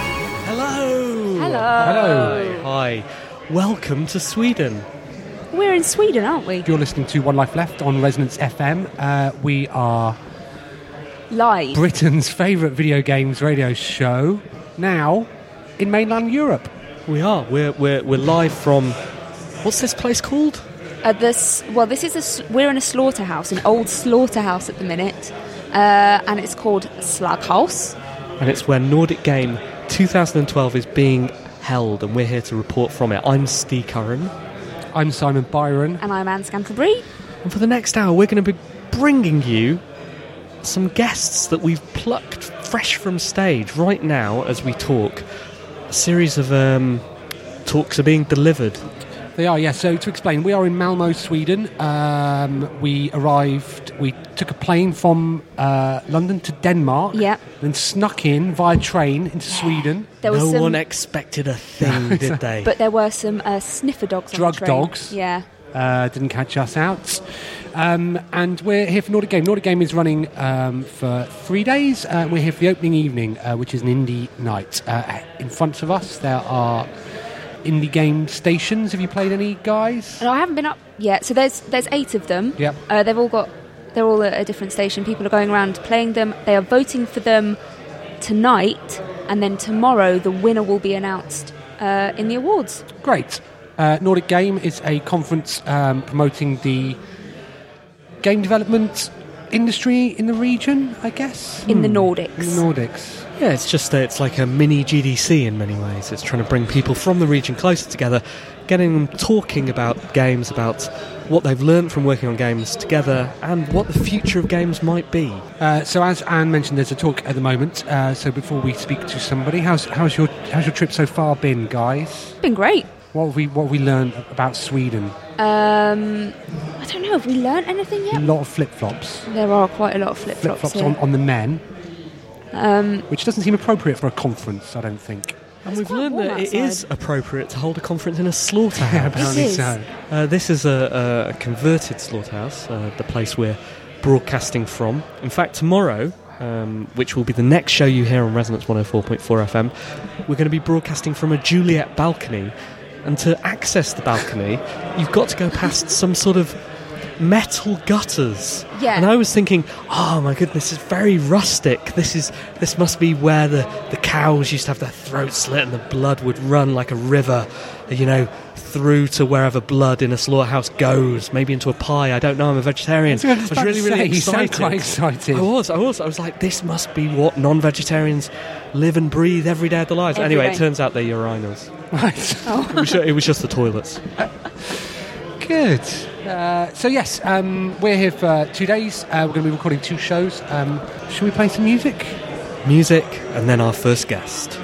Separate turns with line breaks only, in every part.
Hello.
Hello.
Hello. Hi. Welcome to Sweden.
We're in Sweden, aren't we?
You're listening to One Life Left on Resonance FM. Uh, we are
Live.
Britain's favourite video games radio show now in mainland Europe.
We are. We're, we're, we're live from. What's this place called?
At this, well, this is a. s- We're in a slaughterhouse, an old slaughterhouse at the minute, uh, and it's called Slaghouse.
And it's where Nordic Game 2012 is being held, and we're here to report from it. I'm Steve Curran.
I'm Simon Byron.
And I'm Anne Scantlebury.
And for the next hour, we're going to be bringing you some guests that we've plucked fresh from stage right now as we talk. A series of um, talks are being delivered.
They are, yes. So to explain, we are in Malmo, Sweden. Um, we arrived, we took a plane from uh, London to Denmark.
Yeah.
Then snuck in via train into Sweden.
There was
no
some,
one expected a thing, did they?
but there were some uh, sniffer dogs. on
Drug
the train.
dogs.
Yeah.
Uh, didn't catch us out. Um, and we're here for Nordic Game. Nordic Game is running um, for three days. Uh, we're here for the opening evening, uh, which is an indie night. Uh, in front of us, there are indie game stations. Have you played any, guys?
And I haven't been up yet. So there's there's eight of them.
Yep.
Uh, they've all got. They're all at a different station. People are going around playing them. They are voting for them tonight, and then tomorrow the winner will be announced uh, in the awards.
Great. Uh, Nordic Game is a conference um, promoting the game development industry in the region, I guess. Hmm.
in the
In
Nordics.
the Nordics.
Yeah, it's just a, it's like a mini GDC in many ways. It's trying to bring people from the region closer together, getting them talking about games, about what they've learned from working on games together, and what the future of games might be.
Uh, so, as Anne mentioned, there's a talk at the moment. Uh, so, before we speak to somebody, how's, how's your how's your trip so far been, guys?
It's been great.
What have we what have we learned about Sweden?
Um, I don't know. Have we learnt anything
A
yet?
lot of flip flops,
There are quite a lot of flip
flip
flops
flops
here.
on, on the men,
Um,
which doesn't seem appropriate for a conference. I don't think.
And
It's
we've
quite
learned
warm
that it
outside.
is appropriate to hold a conference in a slaughterhouse.
Apparently
is.
so.
uh, this is a, a converted slaughterhouse, uh, the place we're broadcasting from. In fact, tomorrow. Um, which will be the next show you hear on Resonance 104.4 FM. We're going to be broadcasting from a Juliet balcony, and to access the balcony, you've got to go past some sort of metal gutters.
Yeah.
And I was thinking, oh my goodness, it's very rustic. This is this must be where the, the cows used to have their throats slit and the blood would run like a river, you know, through to wherever blood in a slaughterhouse goes, maybe into a pie. I don't know. I'm a vegetarian.
I was just about to
really, really
say, you sound
excited.
quite excited.
I was. I was. I was like, this must be what non-vegetarians live and breathe every day of their lives.
Every
anyway,
day.
it turns out they're urinals.
Right.
it, was just, it was just the toilets.
Good. Uh, so yes, um, we're here for two days. Uh, we're going to be recording two shows. Um, should we play some music?
Music, and then our first guest.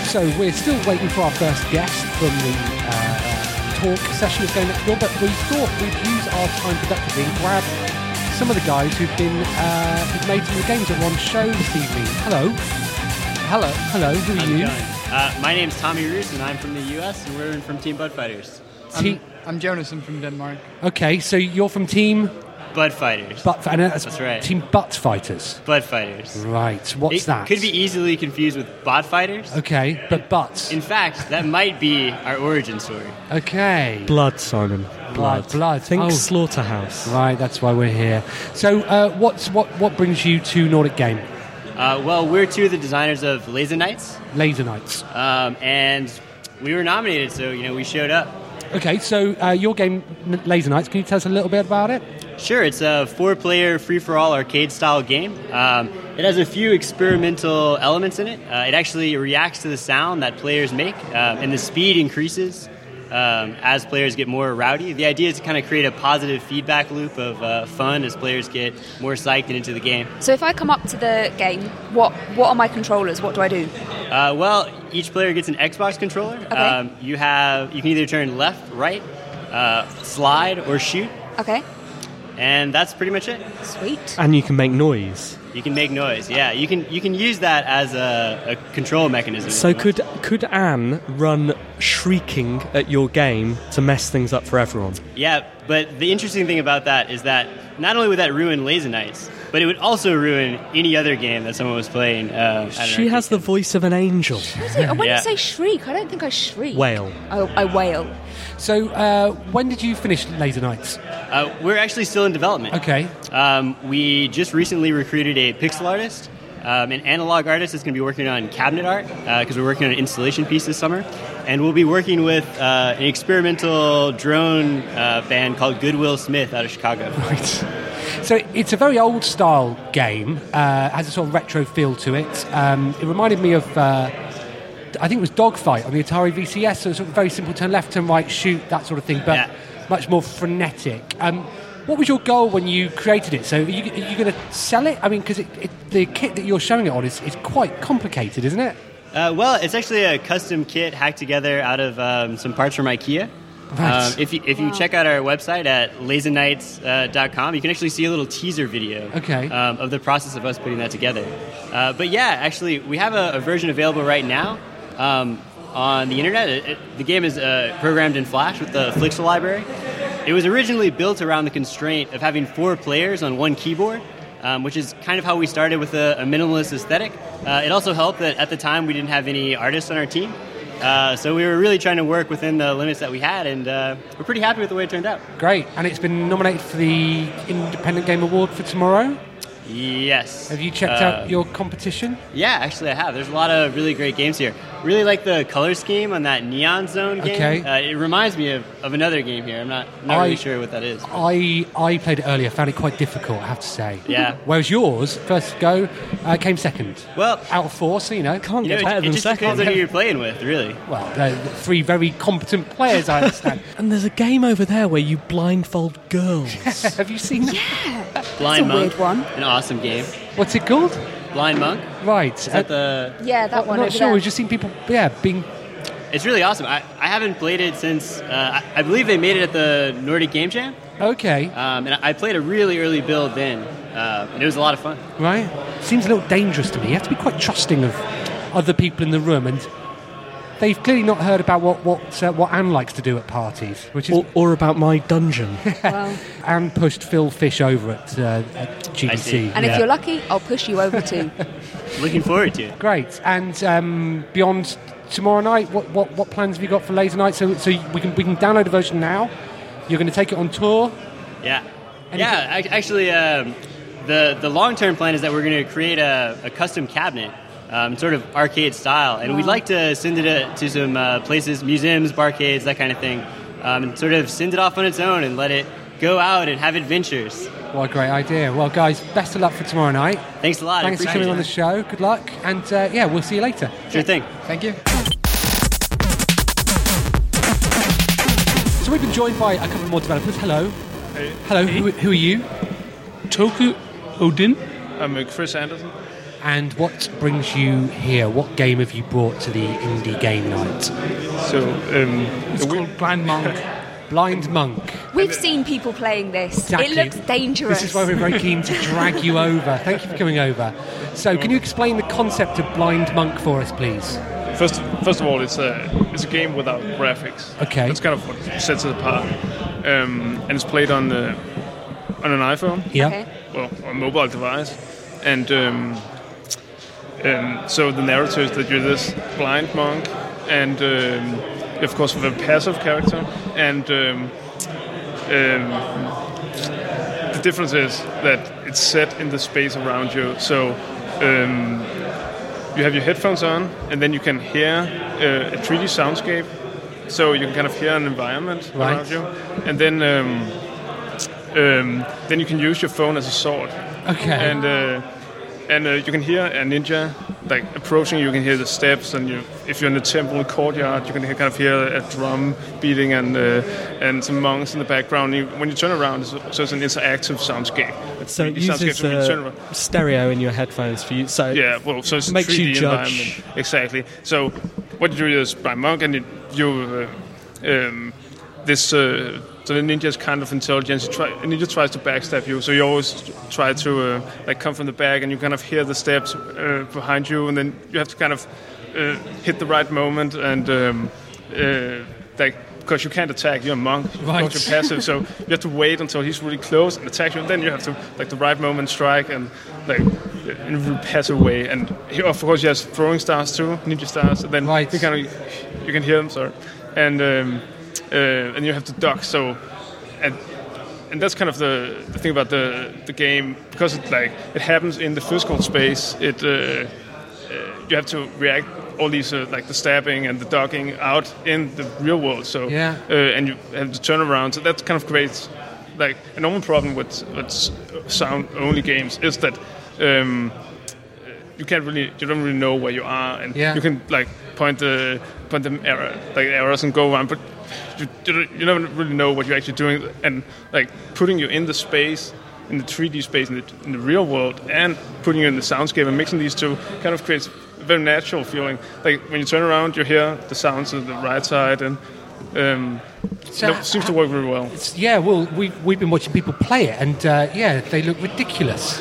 also, we're still waiting for our first guest from the uh, talk session that's going next door, but we thought we'd use our time productively and grab some of the guys who've been uh, who've made some of the games that were on show this evening. Hello. Hello. Hello. Who are
How's it
you?
going? Uh, my name's Tommy Roos, and I'm from the U.S., and we're from Team Bud Fighters.
Te-
I'm Jonas. I'm from Denmark.
okay, so you're from Team
Bud Fighters.
Butt. I know that's,
That's right.
Team Butt Fighters.
Bud Fighters.
Right. What's
it
that?
could be easily confused with Bot Fighters.
Okay, but butts.
In fact, that might be our origin story.
Okay.
Blood, Simon.
Blood, blood.
Think
Oh.
slaughterhouse.
Right, that's why we're here. So, uh, what's what? What brings you to Nordic Game
Uh, well, we're two of the designers of Laser Knights,
Laser Nights?
um, and we were nominated, so you know we showed up.
Okay, so uh, your game N- Laser Nights. Can you tell us a little bit about it?
Sure, it's a four player free for all arcade style game. Um, it has a few experimental elements in it. Uh, it actually reacts to the sound that players make, um, and the speed increases um, as players get more rowdy. The idea is to kind of create a positive feedback loop of uh, fun as players get more psyched and into the game.
So if I come up to the game, what what are my controllers? What do I do?
Uh, well, each player gets an Xbox controller. Um, you have you can either turn left, right, uh, slide, or shoot,
Okay,
and that's pretty much it.
sweet.
And you can make noise.
You can make noise. Yeah, you can you can use that as a, a control mechanism. if
So
you want.
could could Anne run shrieking at your game to mess things up for everyone?
yeah, but the interesting thing about that is that not only would that ruin Lazy Nights, but it would also ruin any other game that someone was playing. Uh, at an
She has the
arcade
voice of an angel.
What is it? When
Yeah.
you say shriek, I don't think I shriek.
Wail.
I, I wail.
So, uh, when did you finish Laser Nights?
game. Uh, we're actually still in development.
Okay,
Um, we just recently recruited a pixel artist, um, an analog artist that's going to be working on cabinet art because we're working on an installation piece this summer. And we'll be working with uh, an experimental drone uh, band called Goodwill Smith out of Chicago.
so it's a very old style game. Uh, has a sort of retro feel to it. Um, it reminded me of. Uh, I think it was Dogfight on the Atari VCS, so it's sort of very simple turn left, turn right, shoot, that sort of thing, but
Yeah.
much more frenetic. Um, what was your goal when you created it? So are you, are you going to sell it? I mean, because it, it, the kit that you're showing it on is, is quite complicated, isn't it?
Uh, well, it's actually a custom kit hacked together out of um, some parts from IKEA.
Right.
Um, if you, if you check out our website at lazenights.com, you can actually see a little teaser video
Okay.
um, of the process of us putting that together. Uh, but yeah, actually, we have a, a version available right now um, on the internet. It- it- the game is uh, programmed in Flash with the Flixel library. It was originally built around the constraint of having four players on one keyboard, um, which is kind of how we started with a, a minimalist aesthetic. Uh, it also helped that at the time we didn't have any artists on our team. Uh, so we were really trying to work within the limits that we had, and uh, we're pretty happy with the way it turned out.
Great. And it's been nominated for the Independent Game Award for tomorrow.
Yes.
Have you checked
Uh,
out your competition?
Yeah, actually, I have. There's a lot of really great games here. Really like the color scheme on that Neon Zone game.
Okay.
Uh, it reminds me of, of another game here. I'm not, not
I-
really sure what that is.
I, I played it earlier, found it quite difficult, I have to say.
Yeah.
Whereas yours, first go, uh, came second.
Well-
out of four, so you know.
Can't
You
get
know,
better
it, it
than
just depends on who
second.
you're playing with, really.
Well, they're Uh, three very competent players, I understand.
And there's a game over there where you blindfold girls.
Have you seen that?
Blind
a
Monk.
weird one.
An awesome game.
What's it called?
Blind Monk.
Right.
Is that the?
Yeah, that
I'm
one.
not
over
sure.
there.
We've just seen people, yeah, being.
It's really awesome. I, I haven't played it since uh, I, I believe they made it at the Nordic Game Jam,
Okay,
um, and I I played a really early build then, uh, and it was a lot of fun.
right. Seems a little dangerous to me. You have to be quite trusting of other people in the room, and they've clearly not heard about what what uh, what Anne likes to do at parties, which is
or, or about my dungeon.
Well,
Anne pushed Phil Fish over at, uh, at GDC.
see.
and
Yeah.
if you're lucky, I'll push you over too.
Looking forward to it.
Great. And um, beyond tomorrow night, what, what, what plans have you got for later night? So, so we can we can download a version now. You're going to take it on tour.
Yeah. Yeah, ac- actually, um, the, the long term plan is that we're going to create a, a custom cabinet, um, sort of arcade style. And we'd like to send it uh, to some uh, places, museums, barcades, that kind of thing, um, and sort of send it off on its own and let it go out and have adventures.
What a great idea. Well, guys, best of luck for tomorrow night.
Thanks a lot. I
Thanks for
appreciate
coming
it.
on the show. Good luck. And uh, yeah, we'll see you later.
Sure thing.
Thank you.
So we've been joined by a couple more developers. Hello. Hello. Who, who are you?
Toku Odin. I'm uh, Chris Anderson.
And what brings you here? What game have you brought to the indie game night?
So um,
It's called Blind Monk.
Blind Monk.
We've seen people playing this.
Exactly.
It looks dangerous.
This is why we're very keen to drag you over. Thank you for coming over. So, can you explain the concept of Blind Monk for us, please?
first first of all, it's a it's a game without graphics.
Okay.
that's kind of what sets it apart. Um, and it's played on the on an iPhone.
Yeah.
Okay.
well, a mobile device, and um, um, so the narrative is that you're this blind monk, and um, you, of course with a passive character, and um, um, the difference is that it's set in the space around you, so. Um, you have your headphones on, and then you can hear uh, a 3D soundscape. So you can kind of hear an environment
Right.
around you, and then um, um, then you can use your phone as a sword,
Okay.
and uh, and uh, you can hear a ninja like approaching. You can hear the steps, and you, if you're in the temple courtyard, you can hear, kind of hear a drum beating and uh, and some monks in the background. You, when you turn around, it's, so it's an interactive soundscape. It's
So uh, it
3D soundscape,
uses
so when you turn
the
around-
stereo in your headphones for you. So
yeah, well, so it's a
makes
3D
you judge.
environment. Exactly. So what you do is by monk, and you, you uh, um, this uh, so the ninja's kind of intelligence. You try, a ninja tries to backstab you, so you always try to uh, like come from the back, and you kind of hear the steps uh, behind you, and then you have to kind of uh, hit the right moment, and um, uh, like. Because you can't attack, you're a monk.
Right.
You're passive, so you have to wait until he's really close and attack you, and then you have to like the right moment strike and like in a really passive way. And he, of course, he has throwing stars too, ninja stars. And then
Right.
you kind of you can hear them, sorry, and um, uh, and you have to duck. So and and that's kind of the, the thing about the the game because it like it happens in the physical space. It uh, you have to react all these uh, like the stabbing and the docking out in the real world. So
Yeah.
uh, and you have to turn around. So that kind of creates like a normal problem with with sound only games is that. Um, you can't really, you don't really know where you are, and
Yeah.
you can like point the point the error, like errors, and go around, but you, you don't- you don't really know what you're actually doing, and like putting you in the space, in the 3D space, in the, in the real world, and putting you in the soundscape, and mixing these two kind of creates a very natural feeling. Like when you turn around, you hear the sounds of the right side, and um,
So-
that seems to work really well.
It's- yeah, well, we've, we've been watching people play it, and uh, yeah, they look ridiculous.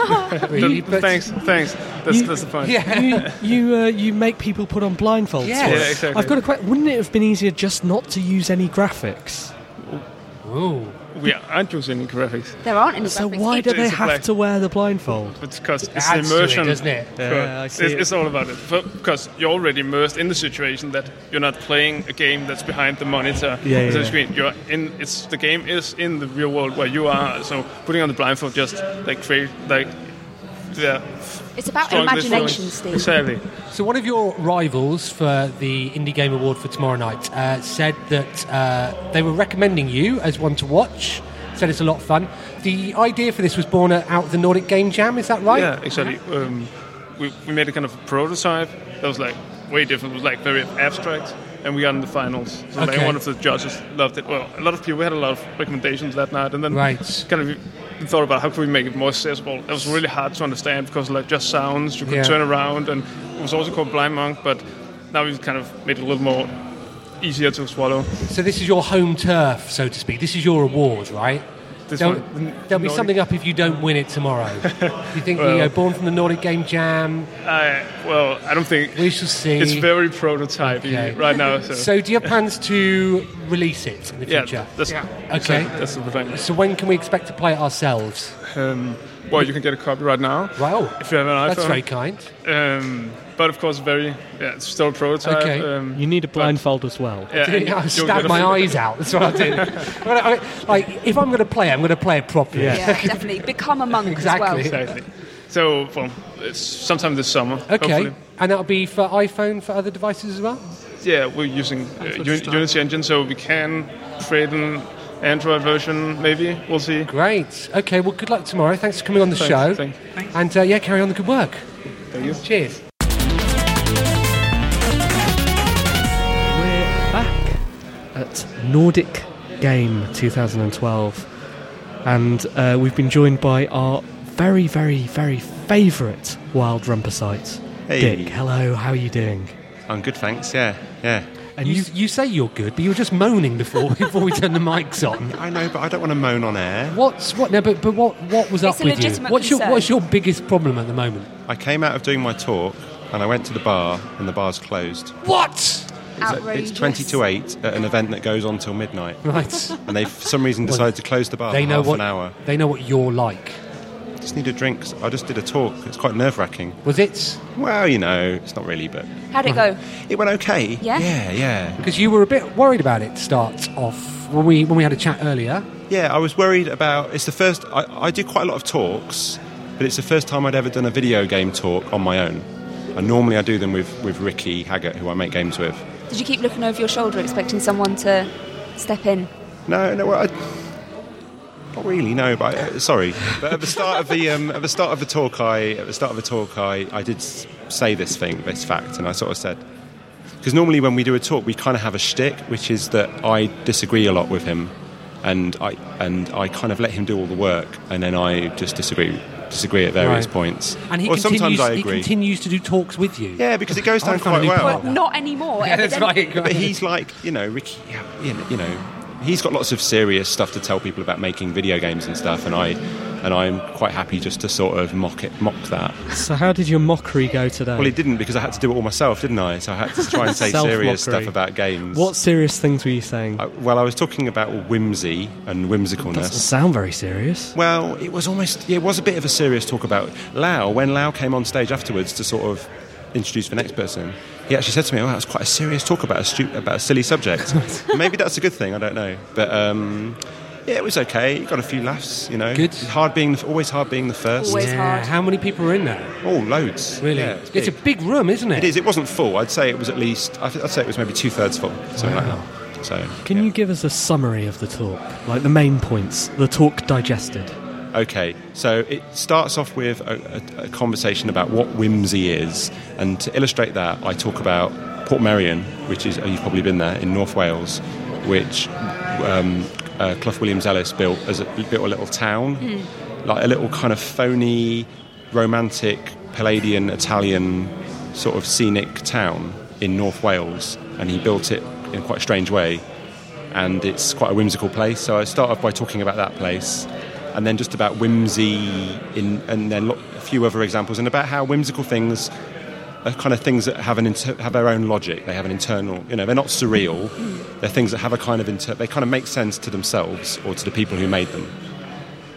really,
Th- thanks, thanks. That's,
You-
that's the point.
Yeah.
you you, uh, you make people put on blindfolds.
Yeah.
for it.
Yeah,
exactly.
I've got a question. Wouldn't it have been easier just not to use any graphics?
Ooh.
We aren't using any graphics.
There aren't any
So
graphics.
why
It-
do they
It's
have
like-
to wear the blindfold?
It's because it's
adds to it,
immersion,
doesn't it?
Yeah, I see
it's,
it.
it's all about it. Because you're already immersed in the situation that you're not playing a game that's behind the monitor,
Yeah, yeah,
the
yeah.
screen. You're in. It's the game is in the real world where you are. So putting on the blindfold just like create like yeah.
It's about
strong
imagination,
visual-
Steve.
Exactly.
So, one of your rivals for the Indie Game Award for tomorrow night uh, said that uh, they were recommending you as one to watch. Said it's a lot of fun. The idea for this was born out of the Nordic Game Jam, is that right?
Yeah, exactly. Um, we, we made a kind of prototype that was like way different. It was like very abstract, and we got in the finals. So like
Okay.
one of the judges loved it. Well, a lot of people we had a lot of recommendations that night, and then
Right.
kind of we thought about how could we make it more accessible. It was really hard to understand because like just sounds you could
Yeah.
turn around, and it was also called Blind Monk, but now we've kind of made it a little more easier to swallow.
So this is your home turf, so to speak. This is your award, right?
This
There'll,
one-
there'll be
Nordic-
something up if you don't win it tomorrow. you think you know,
Well-
born from the Nordic Game Jam?
I, well, I don't think
We shall see.
It's very prototype
Okay.
right now.
So do you have plans to release it in the
yeah,
future?
that's,
Okay.
that's the thing.
So when can we expect to play it ourselves?
Um, well, you can get a copy right now.
Wow.
If you have an
That's
iPhone.
very kind.
Um, but of course, very yeah, it's still a prototype.
Okay.
Um,
You need a
but-
blindfold as well.
Yeah, and
I
you'll
stabbed
get a-
my eyes out. That's what I did. I'm gonna- I'm gonna- like, if I'm going to play, I'm going to play it properly.
Yeah.
Yeah, definitely. Become a monk
Exactly.
as well.
Exactly. So, well, it's sometime this summer.
Okay.
Hopefully.
And that'll be for iPhone, for other devices as well?
Yeah, we're using uh, Uni- Unity engine, so we can create an Android version. Maybe we'll see.
Great. Okay, well, good luck tomorrow. Thanks for coming on the
Thanks,
show.
thank-
And uh, yeah, carry on the good work.
Thank you.
Cheers.
We're back at Nordic Game 2012, and uh, we've been joined by our very, very, very favourite wild rumper site.
Hey.
Dick, hello, how are you doing?
I'm good, thanks. Yeah, yeah.
And you, you say you're good, but you were just moaning before before we turned the mics on.
I know, but I don't want to moan on air.
What's what? No, but, but what what was
It's
up
a
with you?
legitimate
What's your
concern.
what's your biggest problem at the moment?
I came out of doing my talk and I went to the bar and the bar's closed.
What?
It's 20 to 8 at an event that goes on till midnight.
Right.
And they, for some reason, decided to close the bar
they
for
know
half
what
an hour.
they know what you're like.
Just need a drink. I just did a talk. It's quite nerve wracking.
Was it
Well, you know, it's not really, but
How'd it go?
it went okay.
Yeah?
Yeah, yeah.
because you were a bit worried about it? to Start off when we when we had a chat earlier.
Yeah, I was worried about. It's the first. I, I do quite a lot of talks, but it's the first time I'd ever done a video game talk on my own. And normally I do them with, with Ricky Haggart, who I make games with.
Did you keep looking over your shoulder, expecting someone to step in?
No, no, well, I, not really. No, but I, uh, sorry. But at the start of the um, at the start of the talk, I at the start of the talk, I, I did s- say this thing, this fact, and I sort of said because normally when we do a talk, we kind of have a shtick, which is that I disagree a lot with him, and I and I kind of let him do all the work, and then I just disagree disagree at various
Right.
points.
And he
or
continues.
sometimes I
He
agree.
continues to do talks with you.
yeah, because it goes
I
down
found a
quite
new
well.
part.
Well, not anymore.
that's
evidently.
right.
But he's like, you know, Ricky, you know, you know, he's got lots of serious stuff to tell people about making video games and stuff, and I, and I'm quite happy just to sort of mock it, mock that.
So, how did your mockery go today?
Well, he didn't because I had to do it all myself, didn't I? So I had to try and say serious
Self-mockery.
stuff about games.
what serious things were you saying?
I, Uh, well, I was talking about whimsy and
Doesn't
whimsicalness.
sound very serious.
Well, it was almost, yeah, it was a bit of a serious talk about Lau. When Lau came on stage afterwards to sort of introduce the next person, he actually said to me, "Well, that's quite a serious talk about a stu- about a silly subject. Maybe that's a good thing. I don't know, but." Um, yeah, it was okay. Got a few laughs, you know.
Good.
It's Hard being, the, always hard being the first.
Always hard.
How many people are in there?
Oh, loads.
Really?
Yeah, it's,
a
big.
big room, isn't it?
It is. It wasn't full. I'd say it was at least. I th- I'd say it was maybe two thirds full, something like that. So.
Can
yeah.
you give us a summary of the talk? Like the main points, the talk digested.
Okay, so it starts off with a, a, a conversation about what whimsy is, and to illustrate that, I talk about Port Merion, which is you've probably been there in North Wales, which um, uh, Clough Williams Ellis built as a, built a little town,
Hmm.
like a little kind of phony, romantic, Palladian Italian sort of scenic town in North Wales, and he built it in quite a strange way and it's quite a whimsical place. So I start off by talking about that place, and then just about whimsy, in, and then lo- a few other examples, and about how whimsical things are kind of things that have an inter- have their own logic. They have an internal, you know, they're not surreal. They're things that have a kind of inter- they kind of make sense to themselves or to the people who made them.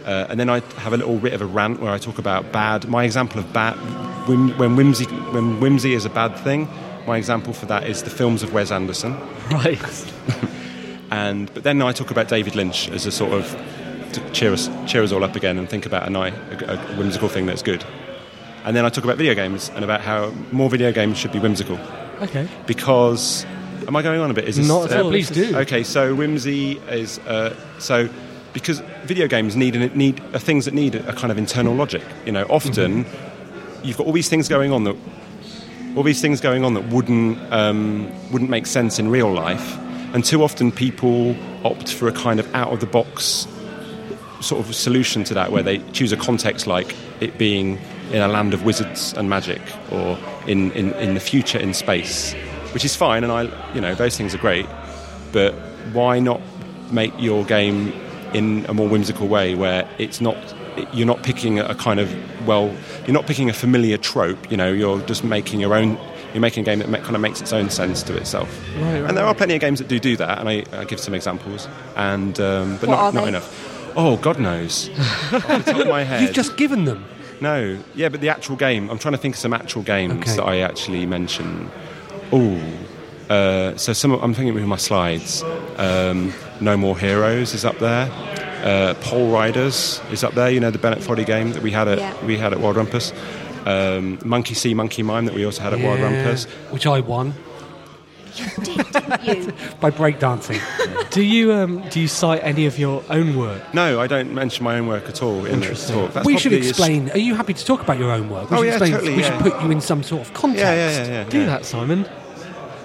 Uh, and then I have a little bit of a rant where I talk about bad. My example of bad whim, when whimsy when whimsy is a bad thing. My example for that is the films of Wes Anderson
Right.
and but then I talk about David Lynch as a sort of to cheer us cheer us all up again and think about a night a, a whimsical thing that's good. And then I talk about video games and about how more video games should be whimsical
Okay.
because am I going on a bit? Is this,
Not at
uh,
all.
please
This is-
do.
Okay, so whimsy is uh, so because video games need and need are things that need a kind of internal logic. You know, often you've got all these things going on that all these things going on that wouldn't um, wouldn't make sense in real life, and too often people opt for a kind of out of the box sort of solution to that, where they choose a context like it being in a land of wizards and magic, or in, in, in the future in space, which is fine, and I you know those things are great, but why not make your game in a more whimsical way where it's not you're not picking a kind of well you're not picking a familiar trope you know you're just making your own you're making a game that ma- kind of makes its own sense to itself and there are plenty of games that do do that and I, I give some examples and um, but
What
not,
are
not
they?
enough oh god knows off the top of my head
You've just given them.
no yeah but the actual game I'm trying to think of some actual games
Okay.
that I actually mention oh uh, so some I'm thinking with my slides um, No More Heroes is up there. Uh, Pole Riders is up there. You know the Bennett Foddy game that we had at
Yeah.
we had at Wild Rumpus. Um, Monkey See, Monkey Mime that we also had at Wild
Yeah.
Rumpus.
Which I won
You.
by breakdancing.
Do you um, do you cite any of your own work?
No, I don't mention my own work at all in this talk. That's
we should
probably as-
explain. Are you happy to talk about your own work? We
Oh,
should
yeah,
explain,
totally,
We
yeah.
should put you in some sort of context.
Yeah, yeah, yeah, yeah.
Do
yeah.
that, Simon.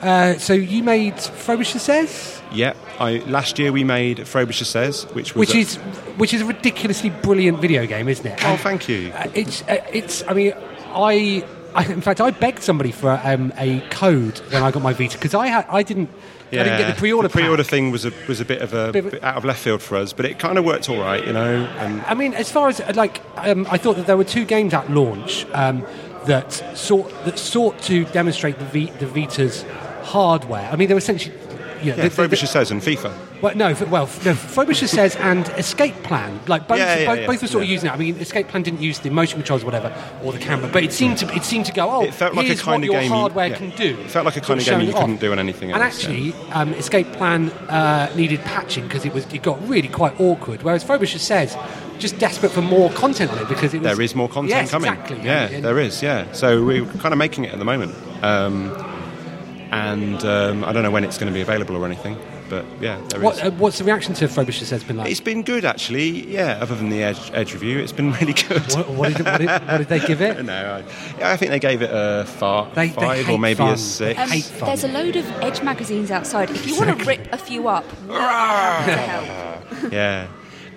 Uh, so you made Frobisher Says,
Yeah, I, last year we made Frobisher Says, which was
which
a-
is which is a ridiculously brilliant video game, isn't it?
oh, thank you.
Uh, it's uh, it's. I mean, I, I in fact I begged somebody for um, a code when I got my Vita because I had I didn't I didn't get the pre-order pack.
pre-order thing was a was a bit of a
Bit of a-
bit out of left field for us, but it kind of worked all right, you know. And
I mean, as far as uh, like, um, I thought that there were two games at launch um, that sought that sought to demonstrate the, v- the Vita's hardware. I mean, they were essentially. You
yeah,
know, the- the-
Frobisher Says and FIFA.
Well, no, f- well, f- no, Frobisher says and Escape Plan, like both,
Yeah, yeah,
both,
yeah,
both were sort of
yeah.
using it. I mean, Escape Plan didn't use the motion controls, or whatever, or the camera, but it seemed to it seemed to go. Oh,
It felt like a
here's
kind
what
of
your
game you-
hardware
yeah.
can do.
It felt like a
Sort
kind of
of
game
showing
you
it off.
couldn't do on anything
And
else, yeah.
actually, um, Escape Plan uh, needed patching because it was it got really quite awkward. Whereas Frobisher says, just desperate for more content on it because it was,
There is more content
yes,
coming.
Exactly.
Yeah,
And- and-
there is. Yeah, so we're kind of making it at the moment, um, and um, I don't know when it's going to be available or anything, but yeah, there is.
What, uh, what's the reaction to Frobisher says been like?
it's been good actually. Yeah, other than the edge, edge review, it's been really good.
What, what, did, what, did, what did they give it?
no, I, I think they gave it a far,
They- they
five
hate
or maybe
fun.
a six.
They hate fun.
Um, there's a load of Edge magazines outside. If you want to rip a few up, what the hell?
yeah.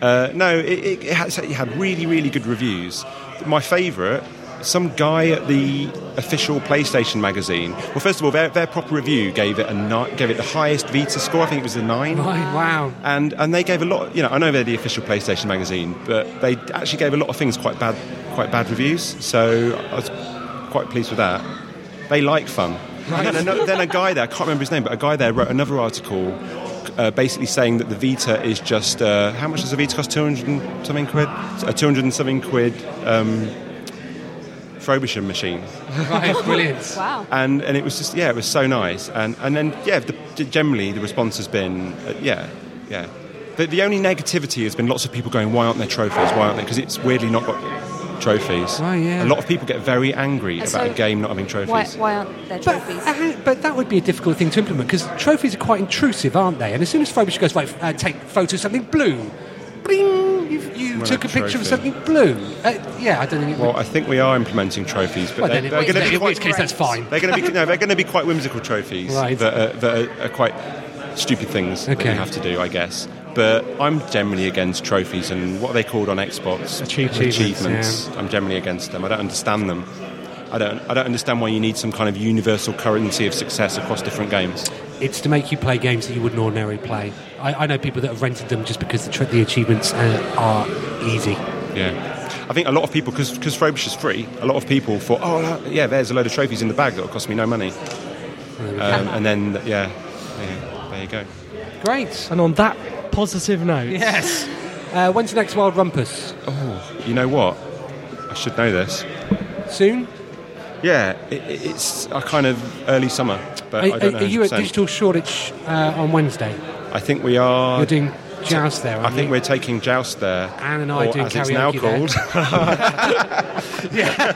Uh, no, it, it, it, had, it had really, really good reviews. My favourite, some guy at the official PlayStation magazine. Well, first of all, their, their proper review gave it a ni- gave it the highest Vita score. I think it was a nine.
Right, wow.
And and they gave a lot. You know, I know they're the official PlayStation magazine, but they actually gave a lot of things quite bad, quite bad reviews. So I was quite pleased with that. They like fun. And then, ano- then a guy there, I can't remember his name, but a guy there wrote another article. Uh, basically saying that the Vita is just uh, how much does a Vita cost? Two hundred and something quid. A two hundred and something quid um, Frobisher machine
Right, brilliant.
Wow.
and and it was just yeah, it was so nice. And and then yeah, the, generally the response has been uh, yeah, yeah. The, the only negativity has been lots of people going, why aren't there trophies? Why aren't there? Because it's weirdly not got trophies.
Oh, yeah.
A lot of people get very angry about
So
a game not having trophies.
Why, why aren't there
But,
trophies?
uh, but that would be a difficult thing to implement because trophies are quite intrusive, aren't they? And as soon as Frobisher goes, right, uh, take photo of something blue, bling, you, you
Well,
took a
a
picture
trophy.
of something blue. Uh, yeah, I don't think it
Well,
would.
I think we are implementing trophies, but
Well,
they're,
then,
they're
in
going to be
in
quite.
which case, that's fine.
They're going to be no, they're going to be quite whimsical trophies
Right.
that, are, that are, are quite stupid things that
Okay.
you have to do, I guess. But I'm generally against trophies and what are they called on Xbox
Achievements,
Achievements. I'm generally against them. I don't understand them. I don't. I don't understand why you need some kind of universal currency of success across different games.
It's to make you play games that you wouldn't ordinarily play. I, I know people that have rented them just because the, tr- the achievements uh, are easy.
Yeah. I think a lot of people, because Frobisher's free, a lot of people thought, oh, yeah, there's a load of trophies in the bag that'll cost me no money. Um, and then, yeah, yeah, there you go.
Great.
And on that positive note,
Yes. Uh, when's the next Wild Rumpus?
Oh, You know what? I should know this.
Soon?
Yeah, it, it- it's a kind of early summer, but I
are,
don't know.
are you at
100%.
Digital Shoreditch uh, on Wednesday?
I think we are.
You're doing Joust there,
I
aren't
think
you?
we're taking Joust there.
Anne and I
or
do
as it's now
karaoke there.
called.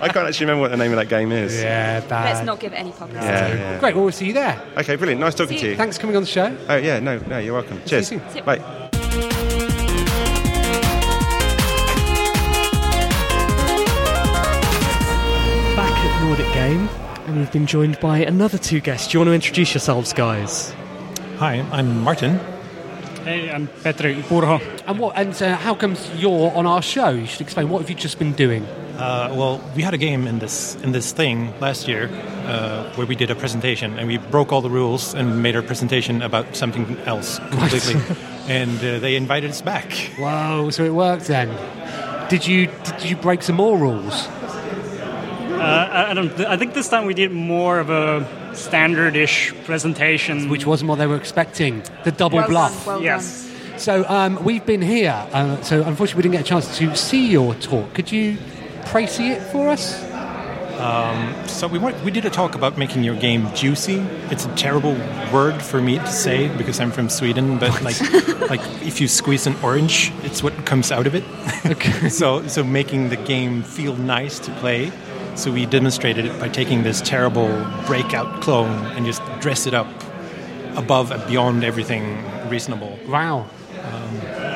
I can't actually remember what the name of that game is.
Yeah, bad.
Let's not give it any publicity.
Yeah, yeah.
Great, well, we'll see you there.
Okay, brilliant. Nice talking
See
to
you.
you.
Thanks for coming on the show.
Oh, yeah, no, no, you're welcome. Cheers.
soon.
See you.
Bye.
back at Nordic Game, and we've been joined by another two guests. Do you want to introduce yourselves, guys?
Hi, I'm Martin.
Hey, I'm Petri Purho.
And what? And uh, how comes you're on our show? You should explain. What have you just been doing?
Uh, well, we had a game in this in this thing last year uh, where we did a presentation and we broke all the rules and made our presentation about something else completely. and uh, they invited us back.
Whoa! So it worked then. Did you did you break some more rules?
Uh, I, I don't, I think this time we did more of a standard-ish presentation.
Which wasn't what they were expecting. The double
Well
bluff.
done, well
Yes.
done.
So um, we've been here. Uh, so unfortunately, we didn't get a chance to see your talk. Could you précis it for us?
Um, So we went, we did a talk about making your game juicy. It's a terrible word for me to say because I'm from Sweden, but like like if you squeeze an orange, it's what comes out of it. Okay. so so making the game feel nice to play. So we demonstrated it by taking this terrible breakout clone and just dress it up above and beyond everything reasonable.
Wow.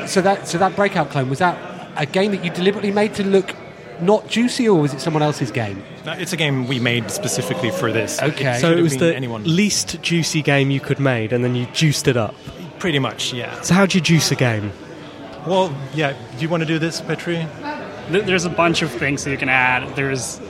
so that so that breakout clone was that a game that you deliberately made to look not juicy, or was it someone else's game?
No, it's a game we made specifically for this.
Okay.
so
So it was the
anyone.
least juicy game you could made, and then you juiced it up.
Pretty much, yeah.
So how do you juice a game?
Well, yeah. Do you want to do this, Petri?
Th- There's a bunch of things that you can add. There's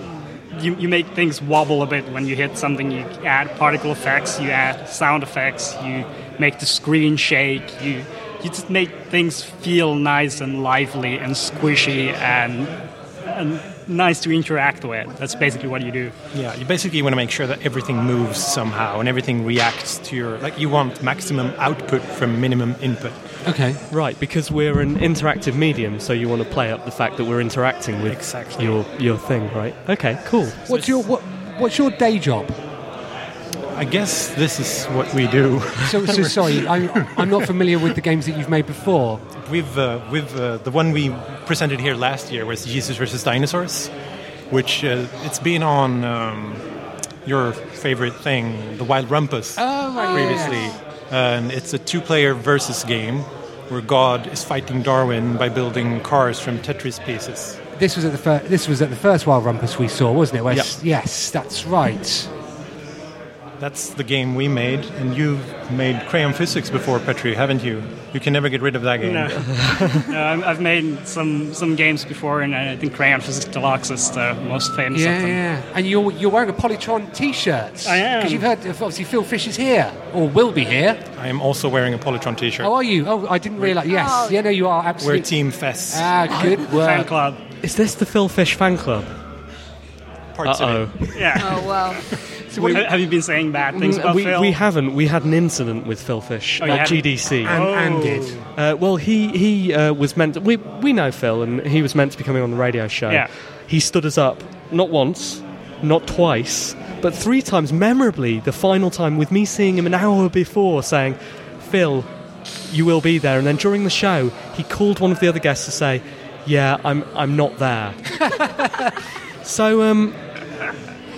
you, you make things wobble a bit when you hit something. You add particle effects. You add sound effects. You make the screen shake. You you just make things feel nice and lively and squishy and and nice to interact with. That's basically what you do.
Yeah, you basically want to make sure that everything moves somehow and everything reacts to your. Like, you want maximum output from minimum input.
Okay.
Right, because we're an interactive medium, so you want to play up the fact that we're interacting with
Exactly.
your your thing, right? Okay, cool.
What's your what? What's your day job?
I guess this is what we do.
So, so sorry, I'm, I'm not familiar with the games that you've made before.
We've, uh, we've uh, the one we presented here last year was Jesus versus Dinosaurs, which uh, it's been on um, your favorite thing, the Wild Rumpus,
Oh,
previously. And it's a two-player versus game where God is fighting Darwin by building cars from Tetris pieces.
This was at the first. This was at the first Wild Rumpus we saw, wasn't it? Where
Yeah.
s- Yes, that's right.
That's the game we made, and you've made Crayon Physics before, Petri, haven't you? You can never get rid of that game.
No, no I'm- I've made some some games before, and I think Crayon Physics Deluxe is the most famous of
Yeah,
them.
yeah. And you're you're wearing a Polytron T-shirt.
I am.
Because you've heard obviously Phil Fish is here or will be here.
I am also wearing a Polytron T-shirt.
How are you? Oh, I didn't realise. Yes,
Oh.
yeah, no, you are
We're
absolutely.
Team Fess.
Ah, good
Fan
work.
club.
Is this the Phil Fish fan club?
Parts of it.
Yeah.
Oh well.
Ha- Have you been saying
Mm,
bad things about
Mm-hmm. we,
Phil?
we haven't. We had an incident with Phil Fish
Oh, you
at
had it?
GDC.
And, and
Oh.
did.
Uh, well, he he uh, was meant. we we know Phil, and he was meant to be coming on the radio show.
Yeah.
He stood us up not once, not twice, but three times. Memorably, the final time with me seeing him an hour before, saying, "Phil, you will be there." And then during the show, he called one of the other guests to say, "Yeah, I'm I'm not there." so um.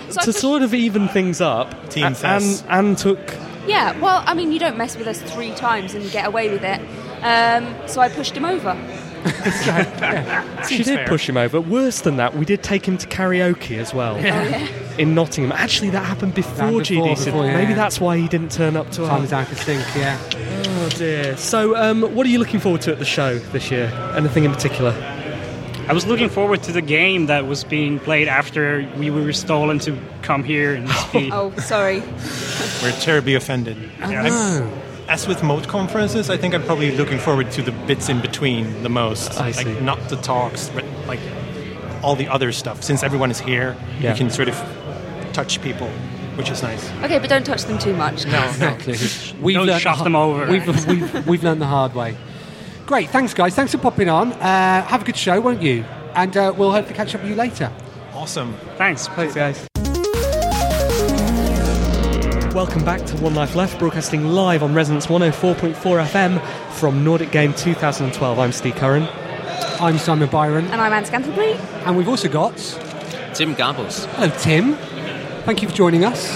So I
to
took-
sort of even things up,
Team
A- Anne,
Fess.
Anne took
Yeah, well, I mean, you don't mess with us three times and get away with it. Um, so I pushed him over.
She did
fair.
push him over. Worse than that, we did take him to karaoke as well in Nottingham. Actually, that happened before
That before,
GDC.
before, yeah.
Maybe that's why he didn't turn up to
Time
us.
is out of sync. Yeah.
Oh dear. So, um, what are you looking forward to at the show this year? Anything in particular?
I was looking forward to the game that was being played after we were stolen to come here and speak.
Oh, sorry.
Oh.
We're terribly offended. I'm- As with mode conferences, I think I'm probably looking forward to the bits in between the most.
I
like
see.
not the talks, but like all the other stuff. Since everyone is here,
Yeah.
you can sort of touch people, which is nice.
Okay, but don't touch them too much. No.
Exactly. We've uh,
Don't
learned
shove
the
them
har-
over.
We've, we've, we've learned the hard way. Great. Thanks, guys. Thanks for popping on. Uh, have a good show, won't you? And uh, we'll hopefully catch up with you later.
Awesome.
Thanks.
Thanks, guys. Welcome back to One Life Left, broadcasting live on Resonance 104.4 FM from Nordic Game 2012. I'm Steve Curran.
I'm Simon Byron,
And I'm Anne Scantlebury.
and we've also got
Tim Gobbles.
hello Tim. Thank you for joining us.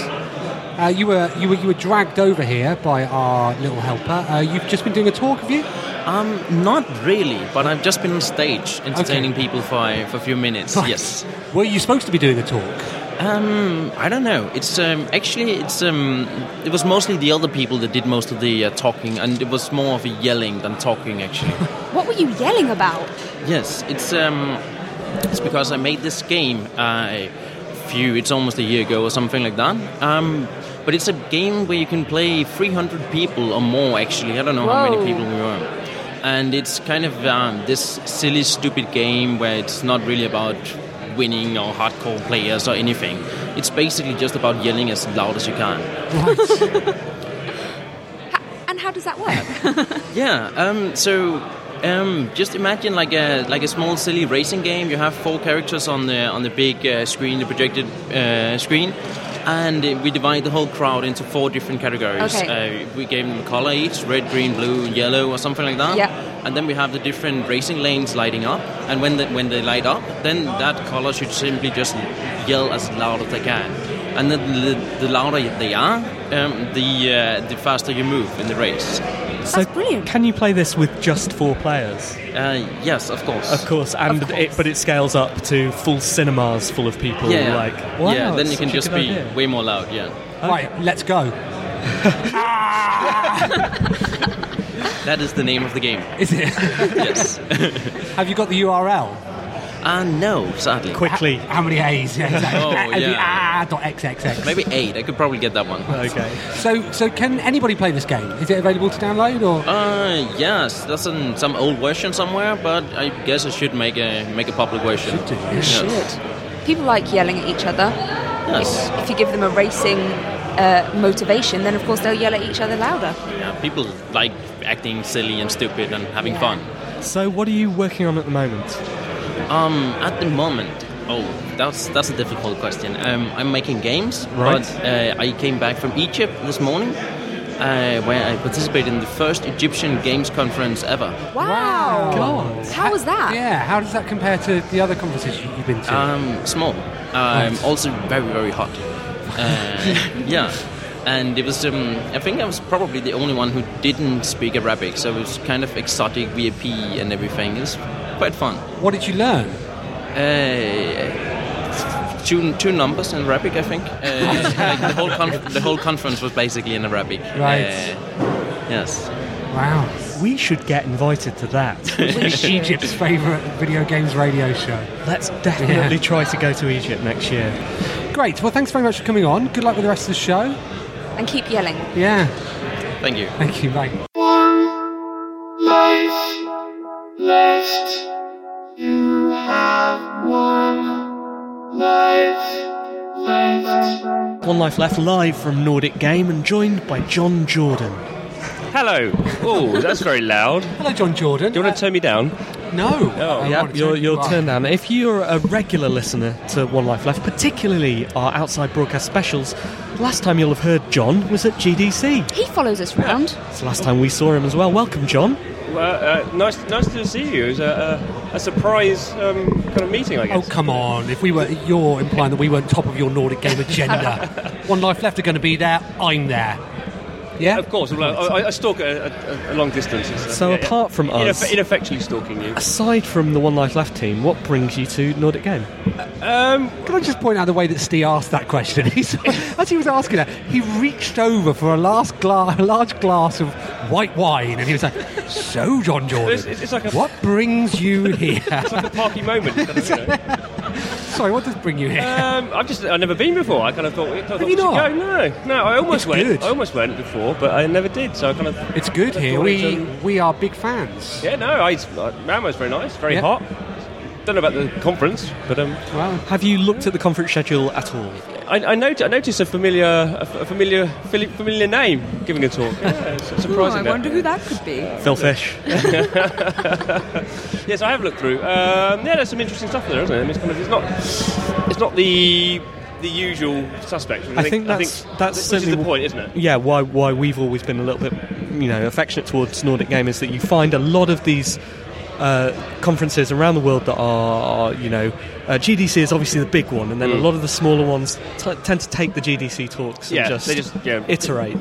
Uh, you were you were you were dragged over here by our little helper. Uh, you've just been doing a talk, have you?
Um, not really, but I've just been on stage entertaining people for, for a few minutes. Yes.
Were you supposed to be doing a talk?
Um, I don't know. It's um, actually it's um, it was mostly the other people that did most of the uh, talking, and it was more of a yelling than talking actually.
What were you yelling about?
yes, it's um, it's because I made this game uh, a few. It's almost a year ago or something like that. Um, but it's a game where you can play 300 people or more. Actually, I don't know how many
Whoa.
people we were. And it's kind of um, this silly, stupid game where it's not really about winning or hardcore players or anything. It's basically just about yelling as loud as you can.
And how does that work?
Yeah. Um, so, um, just imagine like a like a small silly racing game. You have four characters on the on the big uh, screen, the projected uh, screen, and uh, we divide the whole crowd into four different categories.
Okay.
Uh, we gave them a color each: red, green, blue, yellow, or something like that.
Yeah.
And then we have the different racing lanes lighting up, and when the, when they light up, then that color should simply just yell as loud as they can. And then the, the louder they are, um, the uh, the faster you move in the race.
So brilliant. Can you play this with just four players?
Uh, yes, of course.
Of course, and It, but it scales up to full cinemas full of people.
yeah, yeah.
like wow,
yeah. Then
it's
you can
such a
just
good
be
idea.
way more loud. Yeah,
Right, let's go.
that is the name of the game.
Is it?
yes.
Have you got the URL?
Uh, no, sadly.
Quickly.
How, many A's? Yeah, exactly.
Oh,
That'd be
yeah.
ah, dot XXX.
Maybe eight. I could probably get that one.
Okay.
So, so can anybody play this game? Is it available to download or?
Uh, yes, that's in some old version somewhere, but I guess I should make a make a public version. Yes.
People like yelling at each other.
Yes.
If, if you give them a racing uh, motivation, then of course they'll yell at each other louder.
Yeah, people like acting silly and stupid and having fun.
So, what are you working on at the moment?
Um, at the moment, oh, that's that's a difficult question. Um, I'm making games,
Right.
but uh, I came back from Egypt this morning, uh, where I participated in the first Egyptian games conference ever.
Wow. How was that?
Yeah, how does that compare to the other conferences you- you've been to?
Um, small. Um, Also very very hot. Uh, yeah. And it was, um, I think I was probably the only one who didn't speak Arabic, so it was kind of exotic, VIP, and everything. It was quite fun.
what did you learn?
Uh, two, two numbers in Arabic, I think. Uh, like the, whole con- the whole conference was basically in Arabic.
Right.
Uh, yes.
Wow.
We should get invited to that.
Egypt's favourite video games radio show.
Let's definitely try to go to Egypt next year.
Great. Well, thanks very much for coming on. Good luck with the rest of the show.
And keep yelling.
Yeah.
Thank you.
Thank you. Bye.
life left. You have
Oh,
one life left.
One Life Left live from Nordic Game and joined by John Jordan.
Hello. Oh, that's very loud.
Hello, John Jordan.
Do you want to turn me down?
No.
Oh,
yeah, you're, you're turned down. If you're a regular listener to One Life Left, particularly our outside broadcast specials, last time you'll have heard John was at GDC.
He follows us round.
It's the last time we saw him as well. Welcome, John.
Well, uh, nice, nice to see you. It was a, a, a surprise um, kind of meeting, I
Oh
guess.
come on! If we were, you're implying that we weren't top of your Nordic game Oh, agenda. One life left are going to be there. I'm there. Yeah,
of course. Well, I, I- I stalk a, a, a long distance. it's, uh,
So apart from
Ineff-
us-
ineffectually stalking you.
Aside from the One Life Left team, what brings you to Nordic Game?
Um,
Can I just point out the way that Steve asked that question? He's, as he was asking that, he reached over for a last gla- a large glass of white wine, and he was like, "So, John Jordan,
It's- it's- it's like a-
what brings you here?"
It's like a parky moment. kind of, you know.
Sorry, what does bring you here?
Um, I've just I've never been before. I kind of thought, I thought
Have
I
you
should
not?
go. No, no. I
It's
almost went.
good.
I almost went before, but I never did. So I kind of.
It's good
I
here.
thought it was,
We
um,
we are big fans.
yeah, no. I, Malmo's very nice, very
Yeah.
hot. Don't know about the conference, but um,
Wow.
Have you looked at the conference schedule at all?
I, I, noti- I noticed a familiar, a f- a familiar, fili- familiar name giving a talk. Yeah, it's surprising. that.
who that could be.
Phil Fish.
Yes, I have looked through. Um, yeah, there's some interesting stuff there, isn't it? I mean, it's, kind of, it's not, it's not the the usual suspects. which
I think that's that's
which is
certainly
the point, isn't it?
Yeah, why why we've always been a little bit you know affectionate towards Nordic Game is that you find a lot of these. Uh, conferences around the world that are, you know, uh, GDC is obviously the big one, and then a
Mm.
lot of the smaller ones t- tend to take the GDC talks
Yeah,
and just,
they just- yeah.
iterate.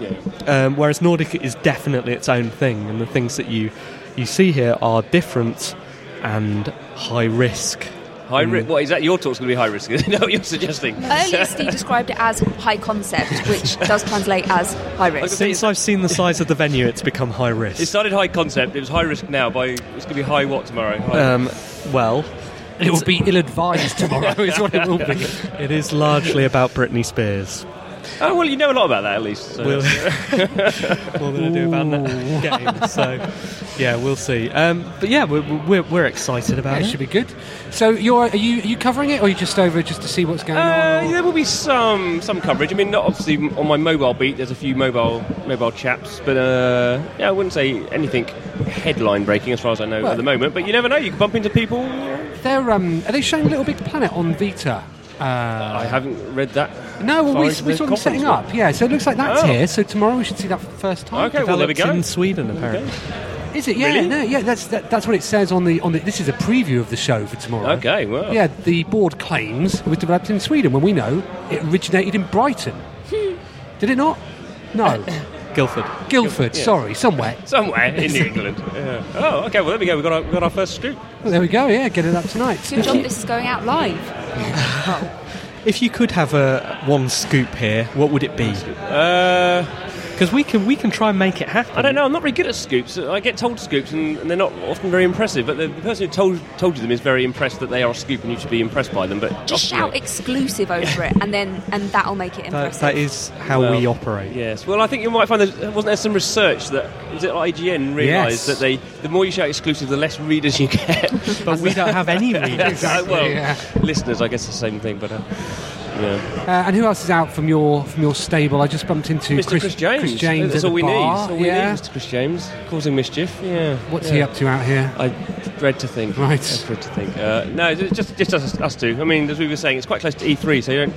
Um, whereas Nordic is definitely its own thing, and the things that you you see here are different and high risk. Mm.
High risk. What is that? Your talk's going to be high risk. Is that what you're suggesting?
Earlier, Steve described it as high concept, which does translate as high risk.
Since I've seen the size of the venue, it's become high risk.
It started high concept. It was high risk now. By it's going to be high what tomorrow? High-
Um, well,
It will be ill-advised tomorrow. Is what it will be.
it is largely about Britney Spears.
oh well, you know a lot about that at least. So.
We'll, more than I do about that game. So, yeah, we'll see. Um, but yeah, we're, we're, we're excited about
That
it.
should be good. So, you're are you are you covering it, or are you just over just to see what's going
Uh,
on?
there will be some some coverage. I mean, not obviously m- on my mobile beat. There's a few mobile mobile chaps, but uh, yeah, I wouldn't say anything headline breaking as far as I know
Well-
at the moment. But you never know. You can bump into people.
They're um, are they showing Little Big Planet on Vita?
I haven't read that.
Uh, No, well,
far
we,
into
we
the
saw them
conference
setting
one.
up. Yeah, so it looks like that's
Oh.
here. So tomorrow we should see that for the first time.
Okay, well there we
Developed
go.
in Sweden, apparently.
Is it? Yeah,
Really?
no, yeah. That's that, that's what it says on the on the. This is a preview of the show for tomorrow.
Okay, well,
Yeah, the board claims it was developed
Hmm.
in Sweden when we know it originated in Brighton. Did it not? No.
Guildford.
Guildford,
yeah.
sorry, somewhere.
Somewhere in New England. Yeah. Oh, okay. Well, there we go. We got our, we got our first scoop.
Well, there we go, yeah, get it up tonight.
Good job this is going out live.
If you could have a one scoop here, what would it be?
Uh,
Because we can we can try and make it happen.
I don't know. I'm not very good at scoops. I get told scoops, and, and they're not often very impressive. But the, the person who told told you them is very impressed that they are a scoop, and you should be impressed by them. But
Just
often-
shout exclusive over it, and then and that'll make it impressive.
that is how we operate.
Yes. Well, I think you might find there's- wasn't there some research that is it IGN
Yes.
realised that they the more you shout exclusive, the less readers you get.
But we don't have any readers.
Exactly,
well,
yeah.
listeners, I guess the same thing, but. Uh, yeah.
Uh, and who else is out from your from your stable? I just bumped into
Mr. Chris, James.
Chris James
That's
at
all
the
we need.
bar,
That's all we
yeah.
need, Mr. Chris James. Causing mischief. Yeah.
What's
yeah.
he up to out here?
I dread to think.
Right.
I dread to think. Uh, no, it's just just us, us two. I mean, as we were saying, it's quite close to E3, so you don't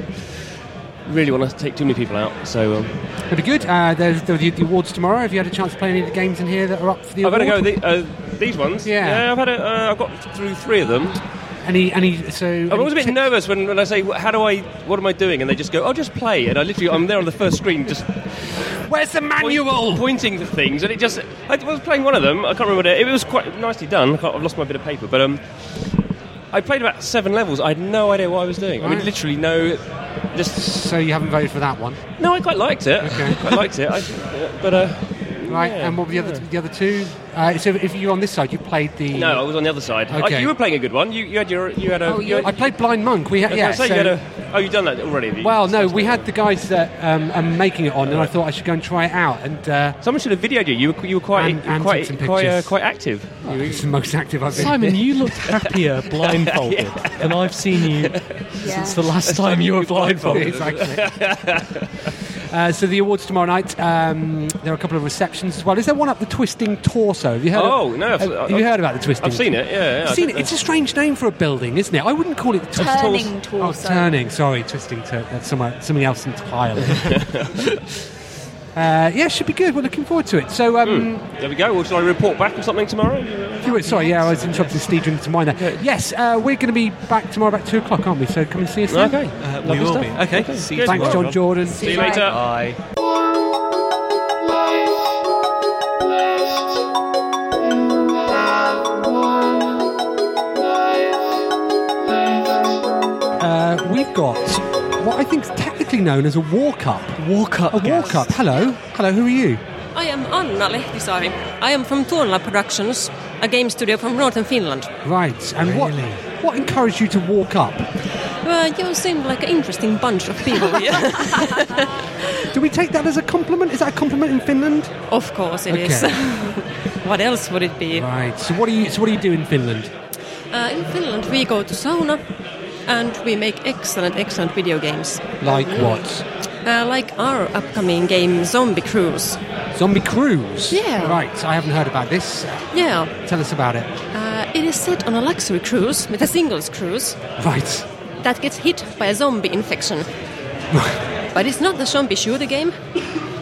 really want to take too many people out. So um,
That'd be good. Uh, there's the, the awards tomorrow. Have you had a chance to play any of the games in here that are up for the
I've had a go.
award?
At the, uh, these ones.
Yeah.
I've had. A, uh, I've got through three of them.
Any any so
I'm always a bit nervous when, when I say, "Wh- "How do I? What am I doing?" And they just go, "Oh, just play." And I literally, I'm there on the first screen, just
where's the manual?
pointing to things, and it just. I was playing one of them. I can't remember what it. It was quite nicely done. I can't- I've lost my bit of paper, but um, I played about seven levels. I had no idea what I was doing. I
Right.
mean, literally no. Just
So you haven't voted for that one,
no. I quite liked it. Okay. I liked it. I, but uh,
right?
Yeah,
and what were the other the other two? Uh, so if you're on this side, you played the
no, I was on the other side. I-
Okay.
you were playing a good one. You, you had your. You had a.
Oh,
you had,
I played Blind Monk. We
I
had
was
yeah.
gonna say,
so-
you had a- oh, you've done that already. have you?
well, no, we had the guys that um, are making it on, and I thought I should go and try it out. And uh,
Someone should have videoed you. You were, you were quite
And-
you were
and
quite
took some
quite, uh,
pictures.
quite active.
you it's the most active I've been.
Simon, you looked happier blindfolded than I've seen you
Yeah.
since the last time you were blindfolded.
exactly. Uh, so the awards tomorrow night. Um, there are a couple of receptions as well. Is there one up the Twisting Torso? Have you heard?
Oh,
of,
no, I've-
have, have you
I've-
heard about the Twisting?
I've seen it. Yeah, yeah
You've
I
seen
did
it. It's a strange name for a building, isn't it? I wouldn't call it the Twisting
Turning
Oh,
torso.
turning. Sorry, Twisting Torso. That's somewhere, something else entirely. Uh, yeah, should be good. We're looking forward to it. So, um,
that. There we go. Well, shall I report back or something tomorrow?
if you were- sorry, yeah, I was interrupting Steve drinking some wine there. Yes, uh, we're going to be back tomorrow about two o'clock, aren't we? So come and see us. then.
Okay.
Uh, we
Lovely
will
stuff.
be. Okay. See you
Good.
Thanks,
tomorrow.
John Jordan.
See you later.
Bye.
Uh, we've got what I think is technically known as a walk up.
Walk up.
A walk
guest.
up. Hello, hello. Who are you?
I am Anna Lehtisaari. I am from Tuonla Productions, a game studio from northern Finland.
Right. And what what encouraged you to walk up?
Uh, you seem like an interesting bunch of people. Yeah.
Do we take that as a compliment? Is that a compliment in Finland?
of course it is. what else would it be?
Right. So what do you so what do you do in Finland?
Uh, in Finland, we go to sauna and we make excellent, excellent video games. Mm.
Like what?
Uh, like our upcoming game, Zombie Cruise.
Zombie cruise.
Yeah.
Right. I haven't heard about this.
Yeah,
Tell us about it.
uh, it is set on a luxury cruise with a singles cruise
Right.
that gets hit by a zombie infection. but it's not a zombie shooter game.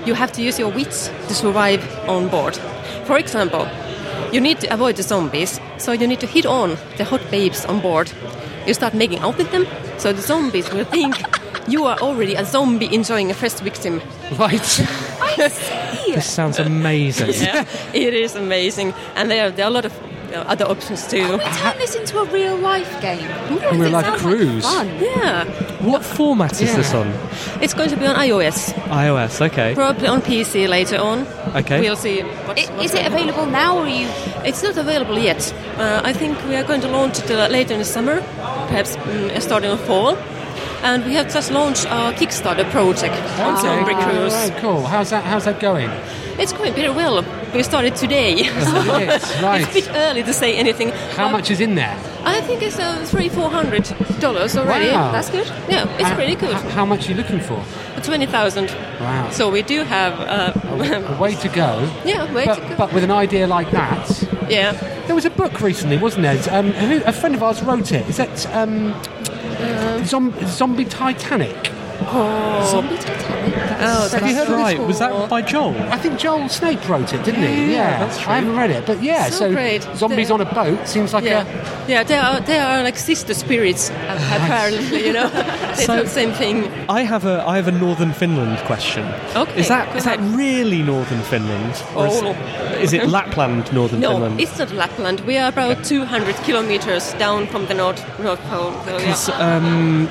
You have to use your wits to survive on board. For example, you need to avoid the zombies, so you need to hit on the hot babes on board. You start making out with them, so the zombies will think you are already a zombie enjoying a fresh victim.
Right.
I see.
This sounds amazing.
Yeah, it is amazing, and there are, there are a lot of uh, other options too.
Can we
Uh-huh.
turn this into a real life game?
A real life cruise.
Yeah,
What format is this on?
it's going to be on iOS,
iOS. Okay.
probably on PC later on.
Okay.
We'll see. What's,
I-
what's
Is it
happening.
available now, or are you?
It's not available yet. Uh, I think we are going to launch it uh, later in the summer, perhaps mm, starting in fall. And we have just launched our Kickstarter project on
Ah.
Zombie Cruise.
All right, cool. How's that? How's that going?
It's going very well. We started today. so
Yes,
It's a
right.
bit early to say anything.
How
Uh,
much is in there?
I think it's uh, three, four hundred dollars already.
Wow.
That's good.
Yeah, it's
Uh,
pretty good.
h- How much are you looking for?
Twenty thousand.
Wow.
So we do have.
A
Uh,
way to go.
yeah, way
Oh, but,
to go.
but with an idea like that,
yeah.
There was a book recently, wasn't there? Um,
Uh,
who, a friend of ours wrote it. Is that um, Zom- Zombie Titanic?
Oh.
Zombie Titanic.
Oh,
Have you heard of this? Was that by Joel? I think Joel Snape wrote it, didn't he?
Yeah,
that's true. I haven't read it, but yeah. So,
So great.
zombies
The-
on a boat seems like
yeah.
a
Yeah, they are, they are like sister spirits, a- apparently, you know. they
So-
do the same thing.
I have a I have a northern Finland question.
Okay,
Is that
go
is that really northern Finland, is,
Oh.
is it Lapland northern
No,
Finland?
it's not Lapland. We are about 200 kilometers down from the North, North Pole. So, yeah.
'Cause, um,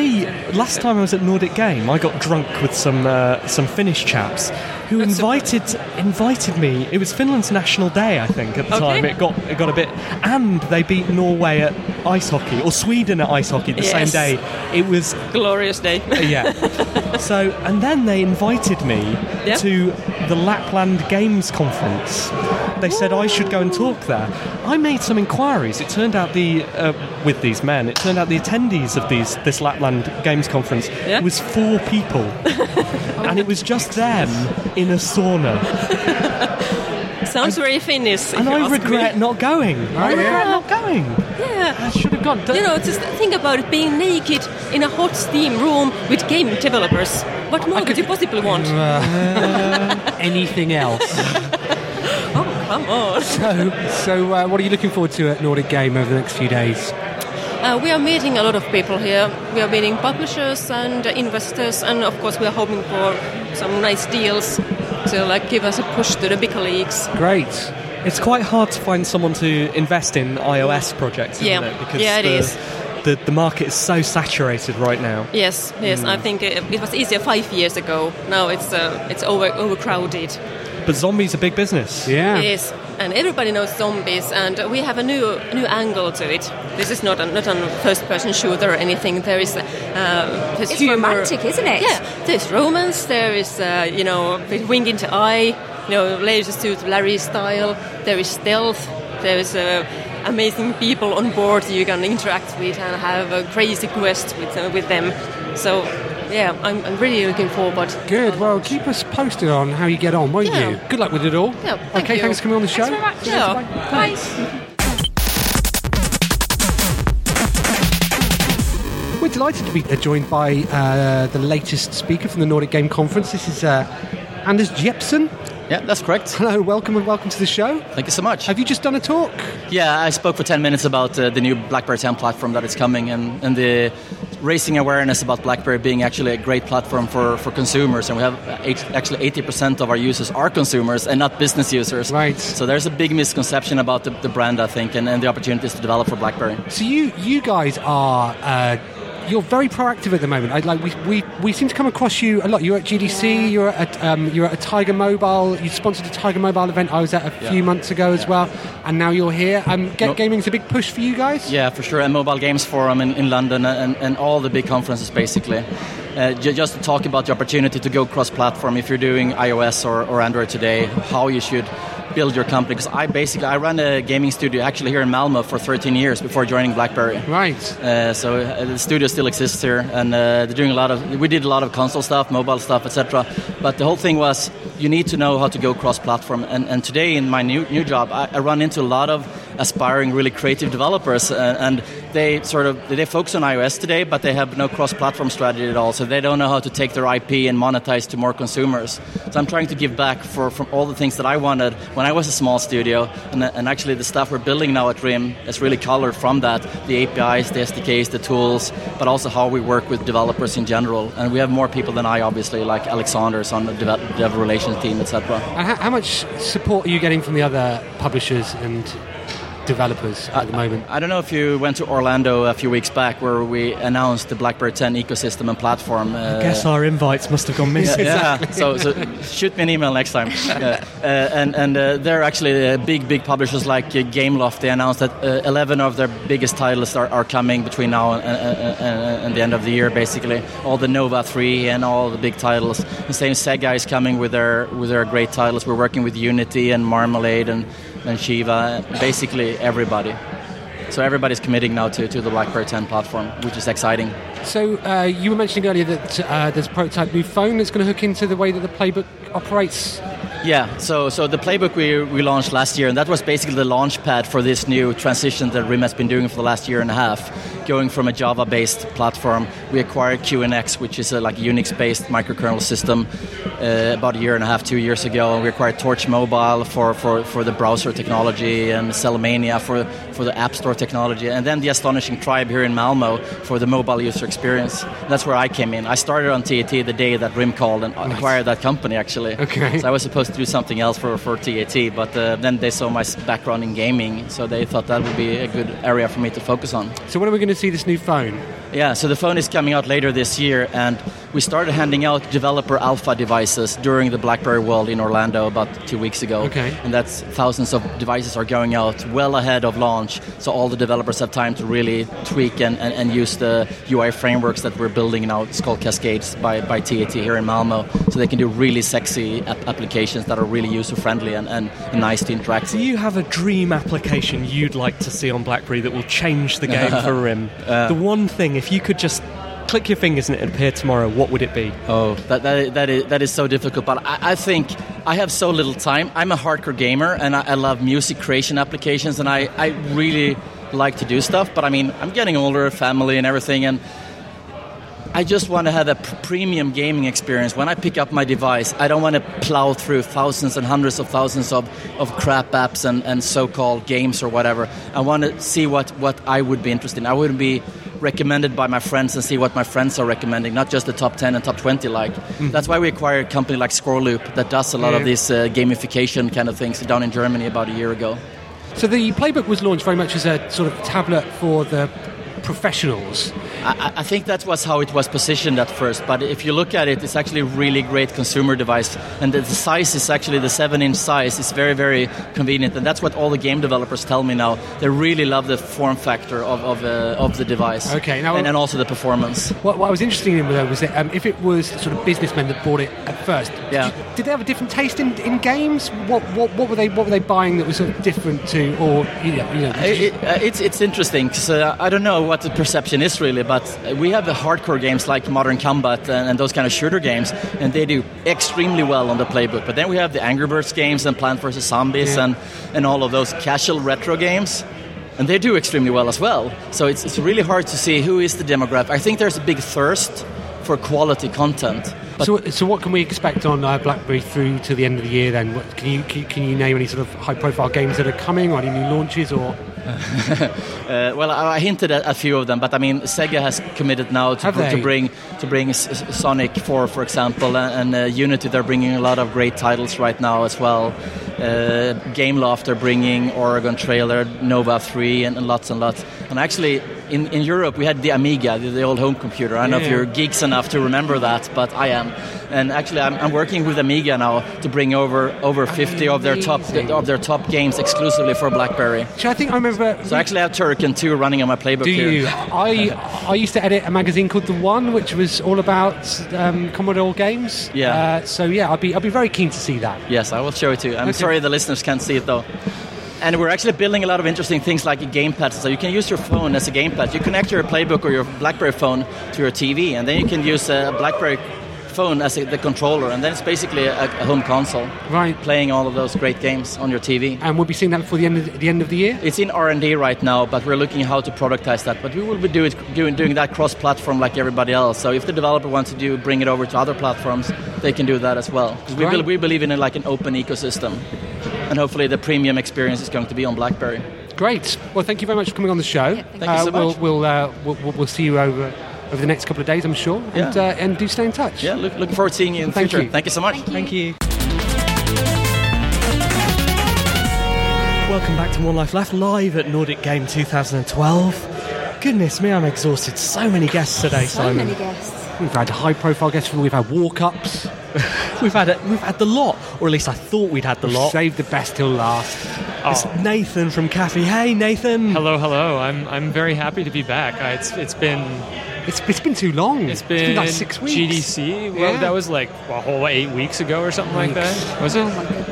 I last time I was at Nordic Game, I got drunk with some uh, some Finnish chaps who invited invited me. It was Finland's national day, I think, at the
Okay.
time. It got it got a bit, and they beat Norway at ice hockey or Sweden at ice hockey the same
Yes.
day. It was
Glorious day.
yeah. so, and then they invited me
Yeah.
to the Lapland Games Conference. They said I should go and talk there. I made some inquiries. It turned out the uh, with these men, it turned out the attendees of these this Lapland Games Conference
Yeah.
was four people, and it was just them in a sauna.
Sounds very Finnish. if
And
you
I
ask me. Oh,
regret not going. I
yeah.
regret not going.
Yeah. I
should have gone.
You know, just think about it being naked in a hot steam room with game developers. What more could you possibly want?
Uh, anything else.
Come on.
So, so uh, what are you looking forward to at Nordic Game over the next few days?
Uh, we are meeting a lot of people here. We are meeting publishers and investors, and of course, we are hoping for some nice deals to like give us a push to the bigger leagues.
Great. It's quite hard to find someone to invest in iOS projects, isn't
Yeah.
it? Because
Yeah, it
the,
is.
The, the market is so saturated right now.
Yes, yes.
Mm.
I think it, it was easier five years ago. Now it's uh, it's over overcrowded.
But zombies are big business.
It is, and everybody knows zombies, and we have a new new angle to it. This is not a, not a first person shooter or anything. There is uh, there's
It's
humor.
romantic, isn't it?
Yeah, there's romance. There is uh, you know the wing into eye, you know laser suit Larry style. There is stealth. There is uh, amazing people on board you can interact with and have a crazy quest with uh, with them. So. Yeah, I'm, I'm really looking forward.
Good. Well, keep us posted on how you get on, won't
Yeah.
you? Good luck with it all.
Yeah, thank
okay,
you.
thanks for coming on the show.
Thanks very much. Yeah. Bye.
We're delighted to be joined by uh, the latest speaker from the Nordic Game Conference. This is uh, Anders Jepsen.
Yeah, that's correct.
Hello, welcome and welcome to the show.
Thank you so much.
Have you just done a talk?
Yeah, I spoke for 10 minutes about uh, the new BlackBerry 10 platform that is coming and, and the raising awareness about BlackBerry being actually a great platform for, for consumers. And we have uh, eight, actually 80% of our users are consumers and not business users. Right. So there's a big misconception about the, the brand, I think, and, and the opportunities to develop for BlackBerry.
So you you guys are uh, you're very proactive at the moment. I, like we, we, we seem to come across you a lot. You're at GDC. You're at um, you're at a Tiger Mobile. You sponsored a Tiger Mobile event I was at a
Yeah.
few months ago as well, and now you're here. Um, Get Gaming's a big push for you guys.
Yeah, for sure. And Mobile Games Forum in, in London and, and all the big conferences, basically. Uh, ju- just to talk about the opportunity to go cross platform if you're doing iOS or, or Android today, how you should build your company. Because I basically I ran a gaming studio actually here in Malmo for 13 years before joining BlackBerry.
Right.
Uh, so uh, the studio still exists here, and uh, they're doing a lot of. We did a lot of console stuff, mobile stuff, etc. But the whole thing was you need to know how to go cross-platform. And, and today in my new new job, I, I run into a lot of aspiring, really creative developers, uh, and they sort of they focus on iOS today, but they have no cross-platform strategy at all. So they don't know how to take their IP and monetize to more consumers. So I'm trying to give back for from all the things that I wanted when I was a small studio, and, uh, and actually the stuff we're building now at RIM is really colored from that: the APIs, the SDKs, the tools, but also how we work with developers in general. And we have more people than I, obviously, like Alexander's on the dev, dev relations team, etc.
And how, how much support are you getting from the other publishers and developers at the moment?
I don't know if you went to Orlando a few weeks back, where we announced the BlackBerry 10 ecosystem and platform.
I
uh,
guess our invites must have gone missing.
Yeah, yeah. So, so shoot me an email next time. Yeah. Uh, and and uh, there are actually uh, big, big publishers like uh, Gameloft. They announced that uh, 11 of their biggest titles are, are coming between now and, and, and, and the end of the year, basically. All the Nova 3 and all the big titles. The same Sega is coming with their, with their great titles. We're working with Unity and Marmalade and, and Shiva, basically everybody. So everybody's committing now to, to the BlackBerry 10 platform, which is exciting.
So uh, you were mentioning earlier that uh, there's a prototype new phone that's going to hook into the way that the playbook operates.
Yeah, so, so the playbook we, we launched last year, and that was basically the launch pad for this new transition that RIM has been doing for the last year and a half. going from a Java-based platform. We acquired QNX, which is a like Unix-based microkernel system, uh, about a year and a half, two years ago. And we acquired Torch Mobile for, for, for the browser technology and Cellmania for, for the App Store technology, and then the astonishing Tribe here in Malmo for the mobile user experience. That's where I came in. I started on TAT the day that Rim called and acquired that company actually.
Okay.
So I was supposed to do something else for, for TAT, but uh, then they saw my s- background in gaming, so they thought that would be a good area for me to focus on.
So when are we going to see this new phone?
Yeah, so the phone is coming out later this year, and we started handing out developer alpha devices during the BlackBerry World in Orlando about two weeks ago.
Okay.
And that's thousands of devices are going out well ahead of launch, so all the developers have time to really tweak and, and, and use the UI frameworks that we're building now. It's called Cascades by, by TAT here in Malmo, so they can do really sexy app- applications that are really user friendly and, and nice to interact
Do you have a dream application you'd like to see on BlackBerry that will change the game for Rim?
Uh.
the one thing, if you could just click your fingers and it'd appear tomorrow, what would it be?
Oh, that, that, that, is, that is so difficult. But I, I think I have so little time. I'm a hardcore gamer and I, I love music creation applications and I, I really like to do stuff. But I mean, I'm getting older, family and everything, and I just want to have a p- premium gaming experience. When I pick up my device, I don't want to plow through thousands and hundreds of thousands of, of crap apps and, and so called games or whatever. I want to see what, what I would be interested in. I wouldn't be recommended by my friends and see what my friends are recommending, not just the top 10 and top 20 like. That's why we acquired a company like Scoreloop that does a lot of
Yeah.
these uh, gamification kind of things down in Germany about a year ago.
So the playbook was launched very much as a sort of tablet for the professionals.
I, I- I think that was how it was positioned at first. But if you look at it, it's actually a really great consumer device, and the, the size is actually the seven-inch size. It's very, very convenient, and that's what all the game developers tell me now. They really love the form factor of of, uh, of the device.
Okay, now-
and, and also the performance.
What, what I was interested in though was that um, if it was sort of businessmen that bought it at first,
Yeah.
did they have a different taste in, in games? What, what, what were they what were they buying that was sort of different to or you know, you know
I- it, uh, it's it's interesting 'cause, uh, I don't know what the perception is really, but uh, we have the hardcore games like Modern Combat and, and those kind of shooter games, and they do extremely well on the playbook. But then we have the Angry Birds games and Plant vs Zombies
Yeah.
and and all of those casual retro games. And they do extremely well as well. So it's, it's really hard to see who is the demographic. I think there's a big thirst for quality content. But
so, so what can we expect on uh, BlackBerry through to the end of the year? Then, what, can you can, you- can you name any sort of high-profile games that are coming, or any new launches, or
Uh, well, I I hinted at a few of them, but I mean, Sega has committed now to,
Have
br- to
they?
bring to bring S- S- Sonic 4, for example, and, and uh, Unity. They're bringing a lot of great titles right now as well. Uh, Gameloft are bringing Oregon Trailer, Nova 3, and, and lots and lots. And actually, in, in Europe, we had the Amiga, the, the old home computer. I don't know if
Yeah.
you're geeks enough to remember that, but I am. And actually, I'm, I'm working with Amiga now to bring over over 50 of their top
Amazing.
of their top games exclusively for BlackBerry.
So I think I remember.
So I actually have Turrican 2 running on my playbook
Do
here.
you? I I used to edit a magazine called The One, which was all about um, Commodore games.
Yeah.
Uh, so yeah, I'd be I'd be very keen to see that.
Yes, I will show it to you. I'm
Okay.
sorry the listeners can't see it though. And we're actually building a lot of interesting things like a gamepad. So you can use your phone as a gamepad. You connect your playbook or your BlackBerry phone to your TV, and then you can use a BlackBerry phone as a, the controller, and then it's basically a, a home console.
Right.
Playing all of those great games on your TV.
And we'll be seeing that before the end of the, the end of the year.
It's in R&D right now, but we're looking how to productize that. But we will be doing, doing, doing that cross-platform like everybody else. So if the developer wants to do bring it over to other platforms, they can do that as well. 'Cause We,
Right.
bel- we believe in a, like an open ecosystem, and hopefully the premium experience is going to be on BlackBerry.
Great. Well, thank you very much for coming on the show.
thank you so
we'll,
much.
We'll, uh, we'll we'll we'll see you over over the next couple of days, I'm sure. And
Yeah.
uh, and do stay in touch.
Yeah, look, looking forward to seeing you in the
Thank
future.
you.
Thank you so much.
Thank you. Welcome back to One Life Left live at Nordic Game 2012. Goodness me, I'm exhausted. So many guests today,
So
Simon.
many guests.
We've had high-profile guests. We've had walk-ups.
we've had a, we've had the lot, or at least I thought we'd had the lot.
Save the best till last.
It's Nathan from Cafe. Hey, Nathan.
Oh. Hello, hello. I'm I'm very happy to be back. I, it's it's been
it's it's been too long.
It's been,
like six weeks.
GDC. Well,
Yeah.
that was like a whole eight weeks ago or something like that. Was it?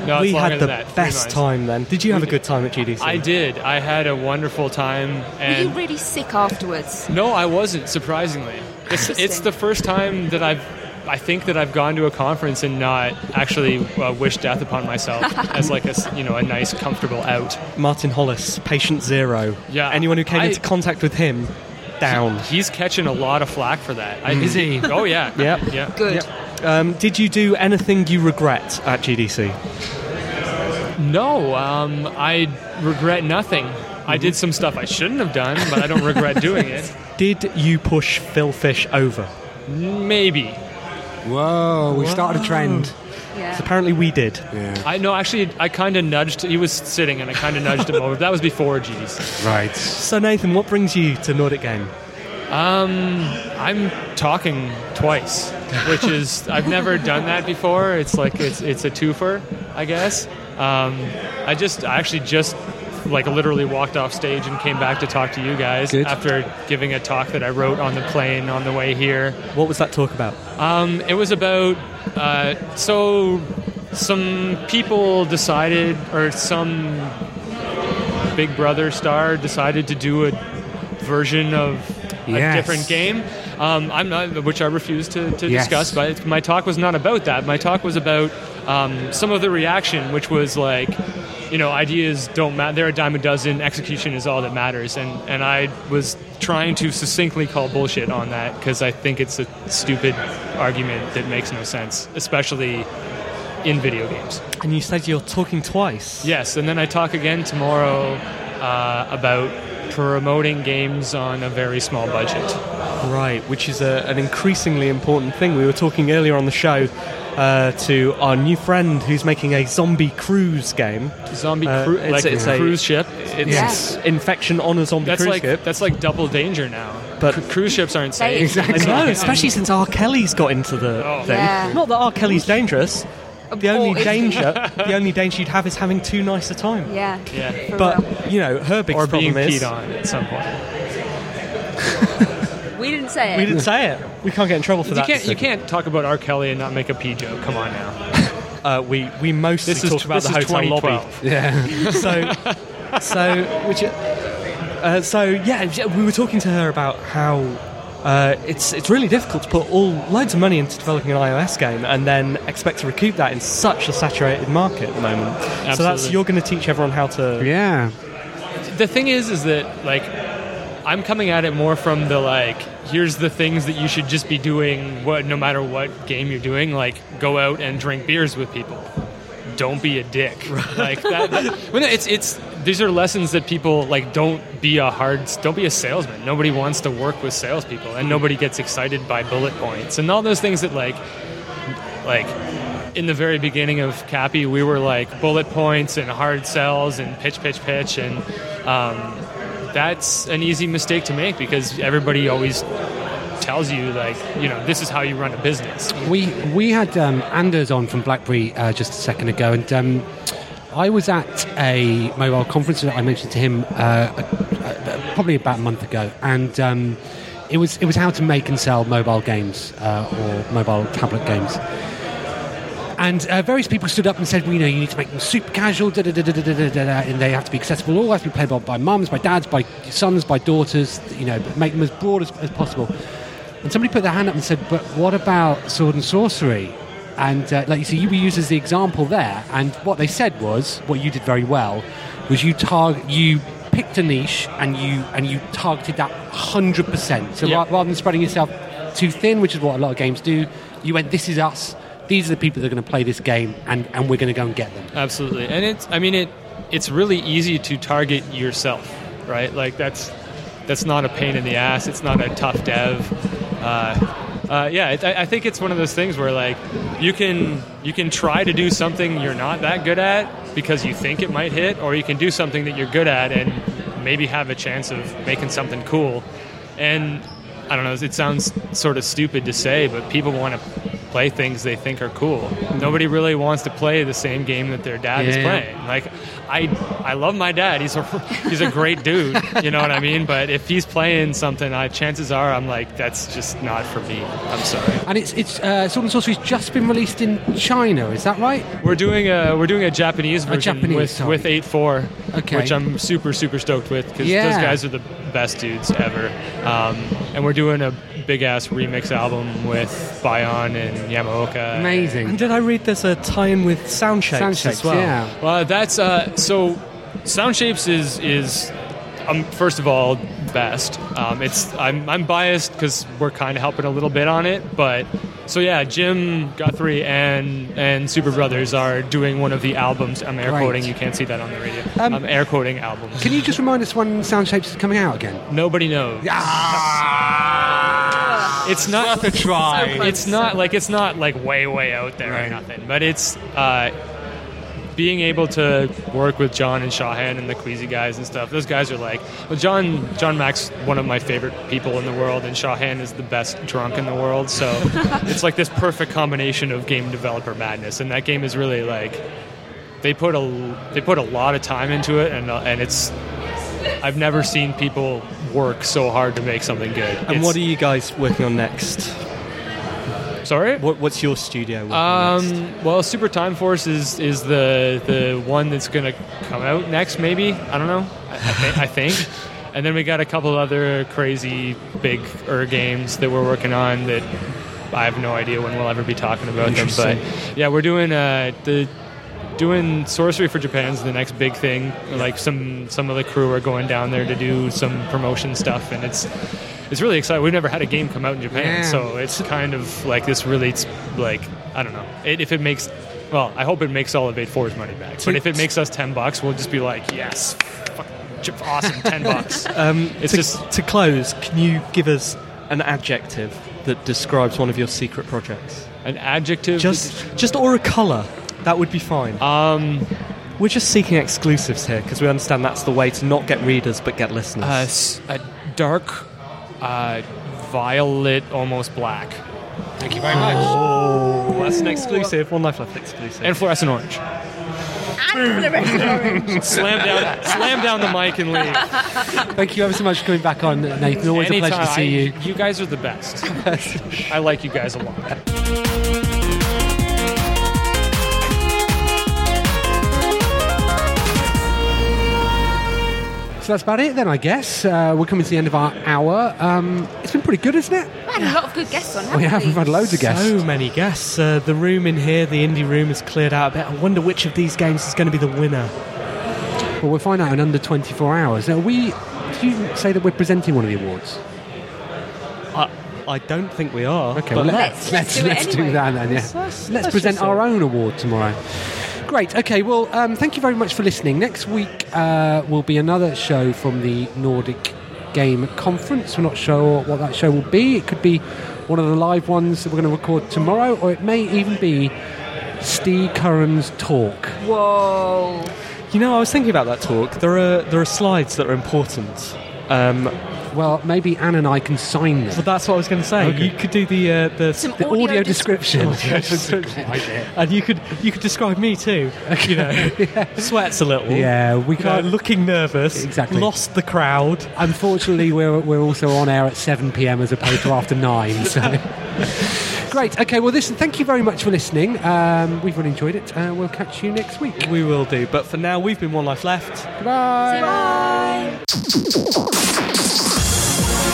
No, it's
we
longer
had the
than that. Three
best
months.
time then. Did you have a good time at GDC?
I did. I had a wonderful time.
Were
And
you really sick afterwards?
No, I wasn't. Surprisingly, it's, it's the first time that I've, I think that I've gone to a conference and not actually uh, wished death upon myself as like a, s- you know, a nice, comfortable out.
Martin Hollis, patient zero.
Yeah,
Anyone who came
I-
into contact with him, down.
He's catching a lot of flack for that. I-
Mm.
Is he? Oh yeah.
Yep.
Yeah.
Yep. Um, did you do anything you regret at GDC?
No, um, I regret nothing. I did some stuff I shouldn't have done, Mm, but I don't regret doing it.
Did you push Phil Fish over?
Maybe.
Whoa, we started a trend.
Yeah.
apparently we did.
I no, actually, I kind of nudged. He was sitting, and I kind of nudged him over. That was before GDC.
Right.
So Nathan, what brings you to Nordic Game?
Um, I'm talking twice, which is I've never done that before. It's like it's it's a twofer, I guess. Um, I just I actually just like literally walked off stage and came back to talk to you guys
Good.
after giving a talk that I wrote on the plane on the way here.
What was that talk about?
Um, it was about uh, so some people decided, or some Big Brother star decided to do a version of
Yes.
a different game. Um, I'm not, which I refuse to, to
Yes.
discuss. But it's- my talk was not about that. My talk was about um, some of the reaction, which was like, you know, ideas don't matter. They're a dime a dozen. Execution is all that matters. And and I was trying to succinctly call bullshit on that because I think it's a stupid argument that makes no sense, especially in video games.
And you said you're talking twice.
Yes, and then I talk again tomorrow uh, about promoting games on a very small budget.
Right, which is a, an increasingly important thing. We were talking earlier on the show uh, to our new friend who's making a zombie cruise game. Uh,
Zombie cru- like a cruise ship?
It's
Yes.
infection on a zombie
That's
cruise
like
ship.
that's like double danger now.
But
Cru- cruise ships aren't safe.
I know, especially since R. Kelly's got into the
Oh.
thing.
Yeah.
Not that R. Kelly's dangerous. The only
is he?
danger, the only danger you'd have is having too nice a time.
Yeah.
Yeah.
For real.
But you know, her big
Or being
problem is
peed on at some point.
we didn't say it.
We didn't say it. We can't get in trouble for
You
that.
can't you can't talk about R. Kelly and not make a pee joke. Come on now.
Uh, we we mostly
This is-
talk about
this
the
is
hotel lobby.
2012.
Yeah. so so which uh, so yeah, j- we were talking to her about how uh, it's it's really difficult to put all loads of money into developing an iOS game and then expect to recoup that in such a saturated market at the moment. So that's
Absolutely.
you're going to teach everyone how to
yeah.
the thing is is that like i'm coming at it more from the like here's the things that you should just be doing what no matter what game you're doing like go out and drink beers with people don't be a dick like that, that- well, no, it's it's these are lessons that people like don't be a hard don't be a salesman nobody wants to work with salespeople and nobody gets excited by bullet points and all those things that like like in the very beginning of Cappy, we were like bullet points and hard sells and pitch, pitch, pitch, and um, that's an easy mistake to make because everybody always tells you like you know this is how you run a business.
We we had um, Anders on from BlackBerry uh, just a second ago, and um, I was at a mobile conference that I mentioned to him uh, uh, probably about a month ago, and um, it was it was how to make and sell mobile games uh, or mobile tablet games. And uh, various people stood up and said, well, you know, you need to make them super casual, da da da da da da da, da, da, and they have to be accessible. All has to be played by, by mums, by dads, by sons, by daughters, you know, make them as broad as, as possible. And somebody put their hand up and said, but what about sword and sorcery? And uh, like you see, you were used as the example there. And what they said was, what you did very well, was you target, you picked a niche and you and you targeted that 100%. So
Yeah.
ra- rather than spreading yourself too thin, which is what a lot of games do, you went, this is us. These are the people that are going to play this game, and, and we're going to go and get them.
Absolutely, and it's I mean it it's really easy to target yourself, right? Like that's that's not a pain in the ass. It's not a tough dev. Uh, uh, yeah, it, I I think it's one of those things where like you can you can try to do something you're not that good at because you think it might hit, or you can do something that you're good at and maybe have a chance of making something cool. And I don't know, it sounds sort of stupid to say, but people want to play things they think are cool. Nobody really wants to play the same game that their dad is
Yeah.
playing. Like I I love my dad. He's a he's a great dude, you know what I mean? But if he's playing something, I chances are I'm like that's just not for me. I'm sorry.
And it's it's uh, Sword and Sorcery's just been released in China, is that right?
We're doing a we're doing a Japanese version
Japanese,
with
sorry.
with eight four,
Okay.
which I'm super super stoked with because
Yeah.
those guys are the best dudes ever. Um, and we're doing a big ass remix album with Bayon and Yamaoka.
And did I read there's a tie-in with Sound Shapes, as well?
Well, that's uh, so. Sound Shapes is is um, first of all best. Um, it's I'm, I'm biased because we're kind of helping a little bit on it, but so yeah, Jim Guthrie and and Super Brothers are doing one of the albums. I'm air
Great.
quoting. You can't see that on the radio.
Um,
I'm air quoting albums.
Can you just remind us when Sound Shapes is coming out again?
Nobody knows. It's not
worth a try.
It's not like it's not like way way out there or nothing. But it's uh, being able to work with John and Shahan and the Queasy guys and stuff. Those guys are like, well, John John Mack's one of my favorite people in the world, and Shahan is the best drunk in the world. So it's like this perfect combination of game developer madness, and that game is really like they put a they put a lot of time into it, and uh, and it's. I've never seen people work so hard to make something good.
And
It's-
what are you guys working on next?
Sorry,
what, what's your studio? working
Um, well, Super Time Force is is the the one that's going to come out next, maybe. I don't know. I, I, thi- I think. And then we got a couple other crazy big er games that we're working on that I have no idea when we'll ever be talking about them. But
Interesting.
yeah, we're doing uh, the doing sorcery for Japan's the next big thing. Like some some of the crew are going down there to do some promotion stuff, and it's it's really exciting. We've never had a game come out in Japan,
Yeah.
so it's kind of like this really it's like I don't know it, if it makes. Well, I hope it makes all of 8-4's money back. But
To-
if it makes us 10 bucks, we'll just be like, yes, fucking awesome, 10 bucks.
Um,
It's
to,
just-
to close. Can you give us an adjective that describes one of your secret projects?
An adjective,
just just or a color. That would be fine.
Um,
we're just seeking exclusives here because we understand that's the way to not get readers but get listeners.
Uh, s- a dark uh, violet, almost black.
Thank
you very much.
Oh, that's an exclusive. One Life Left exclusive.
And fluorescent orange. slam down, slam down the mic and leave.
Thank you ever so much for coming back on, Nathan. Always a pleasure to
Anytime.
see you.
I- You guys are the best. I like you guys a lot.
So that's about it then, I guess. Uh, we're coming to the end of our hour. Um, it's been pretty good, isn't it?
We had a lot of good guests on, haven't
We have. We've had loads of guests.
So many guests. Uh, the room in here, the indie room, is cleared out a bit. I wonder which of these games is going to be the winner.
Well, we'll find out in under 24 hours. Now, we. Did you say that we're presenting one of the awards?
Uh,
I, I don't think we are.
Okay,
but
well, let's, let's,
do it
let's
anyway.
that then, yeah.
Let's- let's-
Let's,
let's
present
just do
our
it.
own award tomorrow. Great. Okay. Well, um, thank you very much for listening. Next week uh, will be another show from the Nordic Game Conference. We're not sure what that show will be. It could be one of the live ones that we're going to record tomorrow, or it may even be Steve Curran's talk.
Whoa.
You know, I was thinking about that talk. There are there are slides that are important. Um,
well, maybe Anne and I can sign them.
Well, that's what I was going to say.
Okay.
You could do the uh, the,
The audio audio description.
Audio
description.
description. and you could you could describe me too. You know, sweats a little.
Yeah, we
You know,
can't-
looking nervous.
Exactly.
Lost the crowd.
Unfortunately, we're, we're also on air at 7 p.m. as opposed to after 9. So. Great. Okay, well, listen, thank you very much for listening. Um, we've really enjoyed it. Uh, we'll catch you next week.
We will do. But for now, we've been one life left.
Goodbye.
Bye.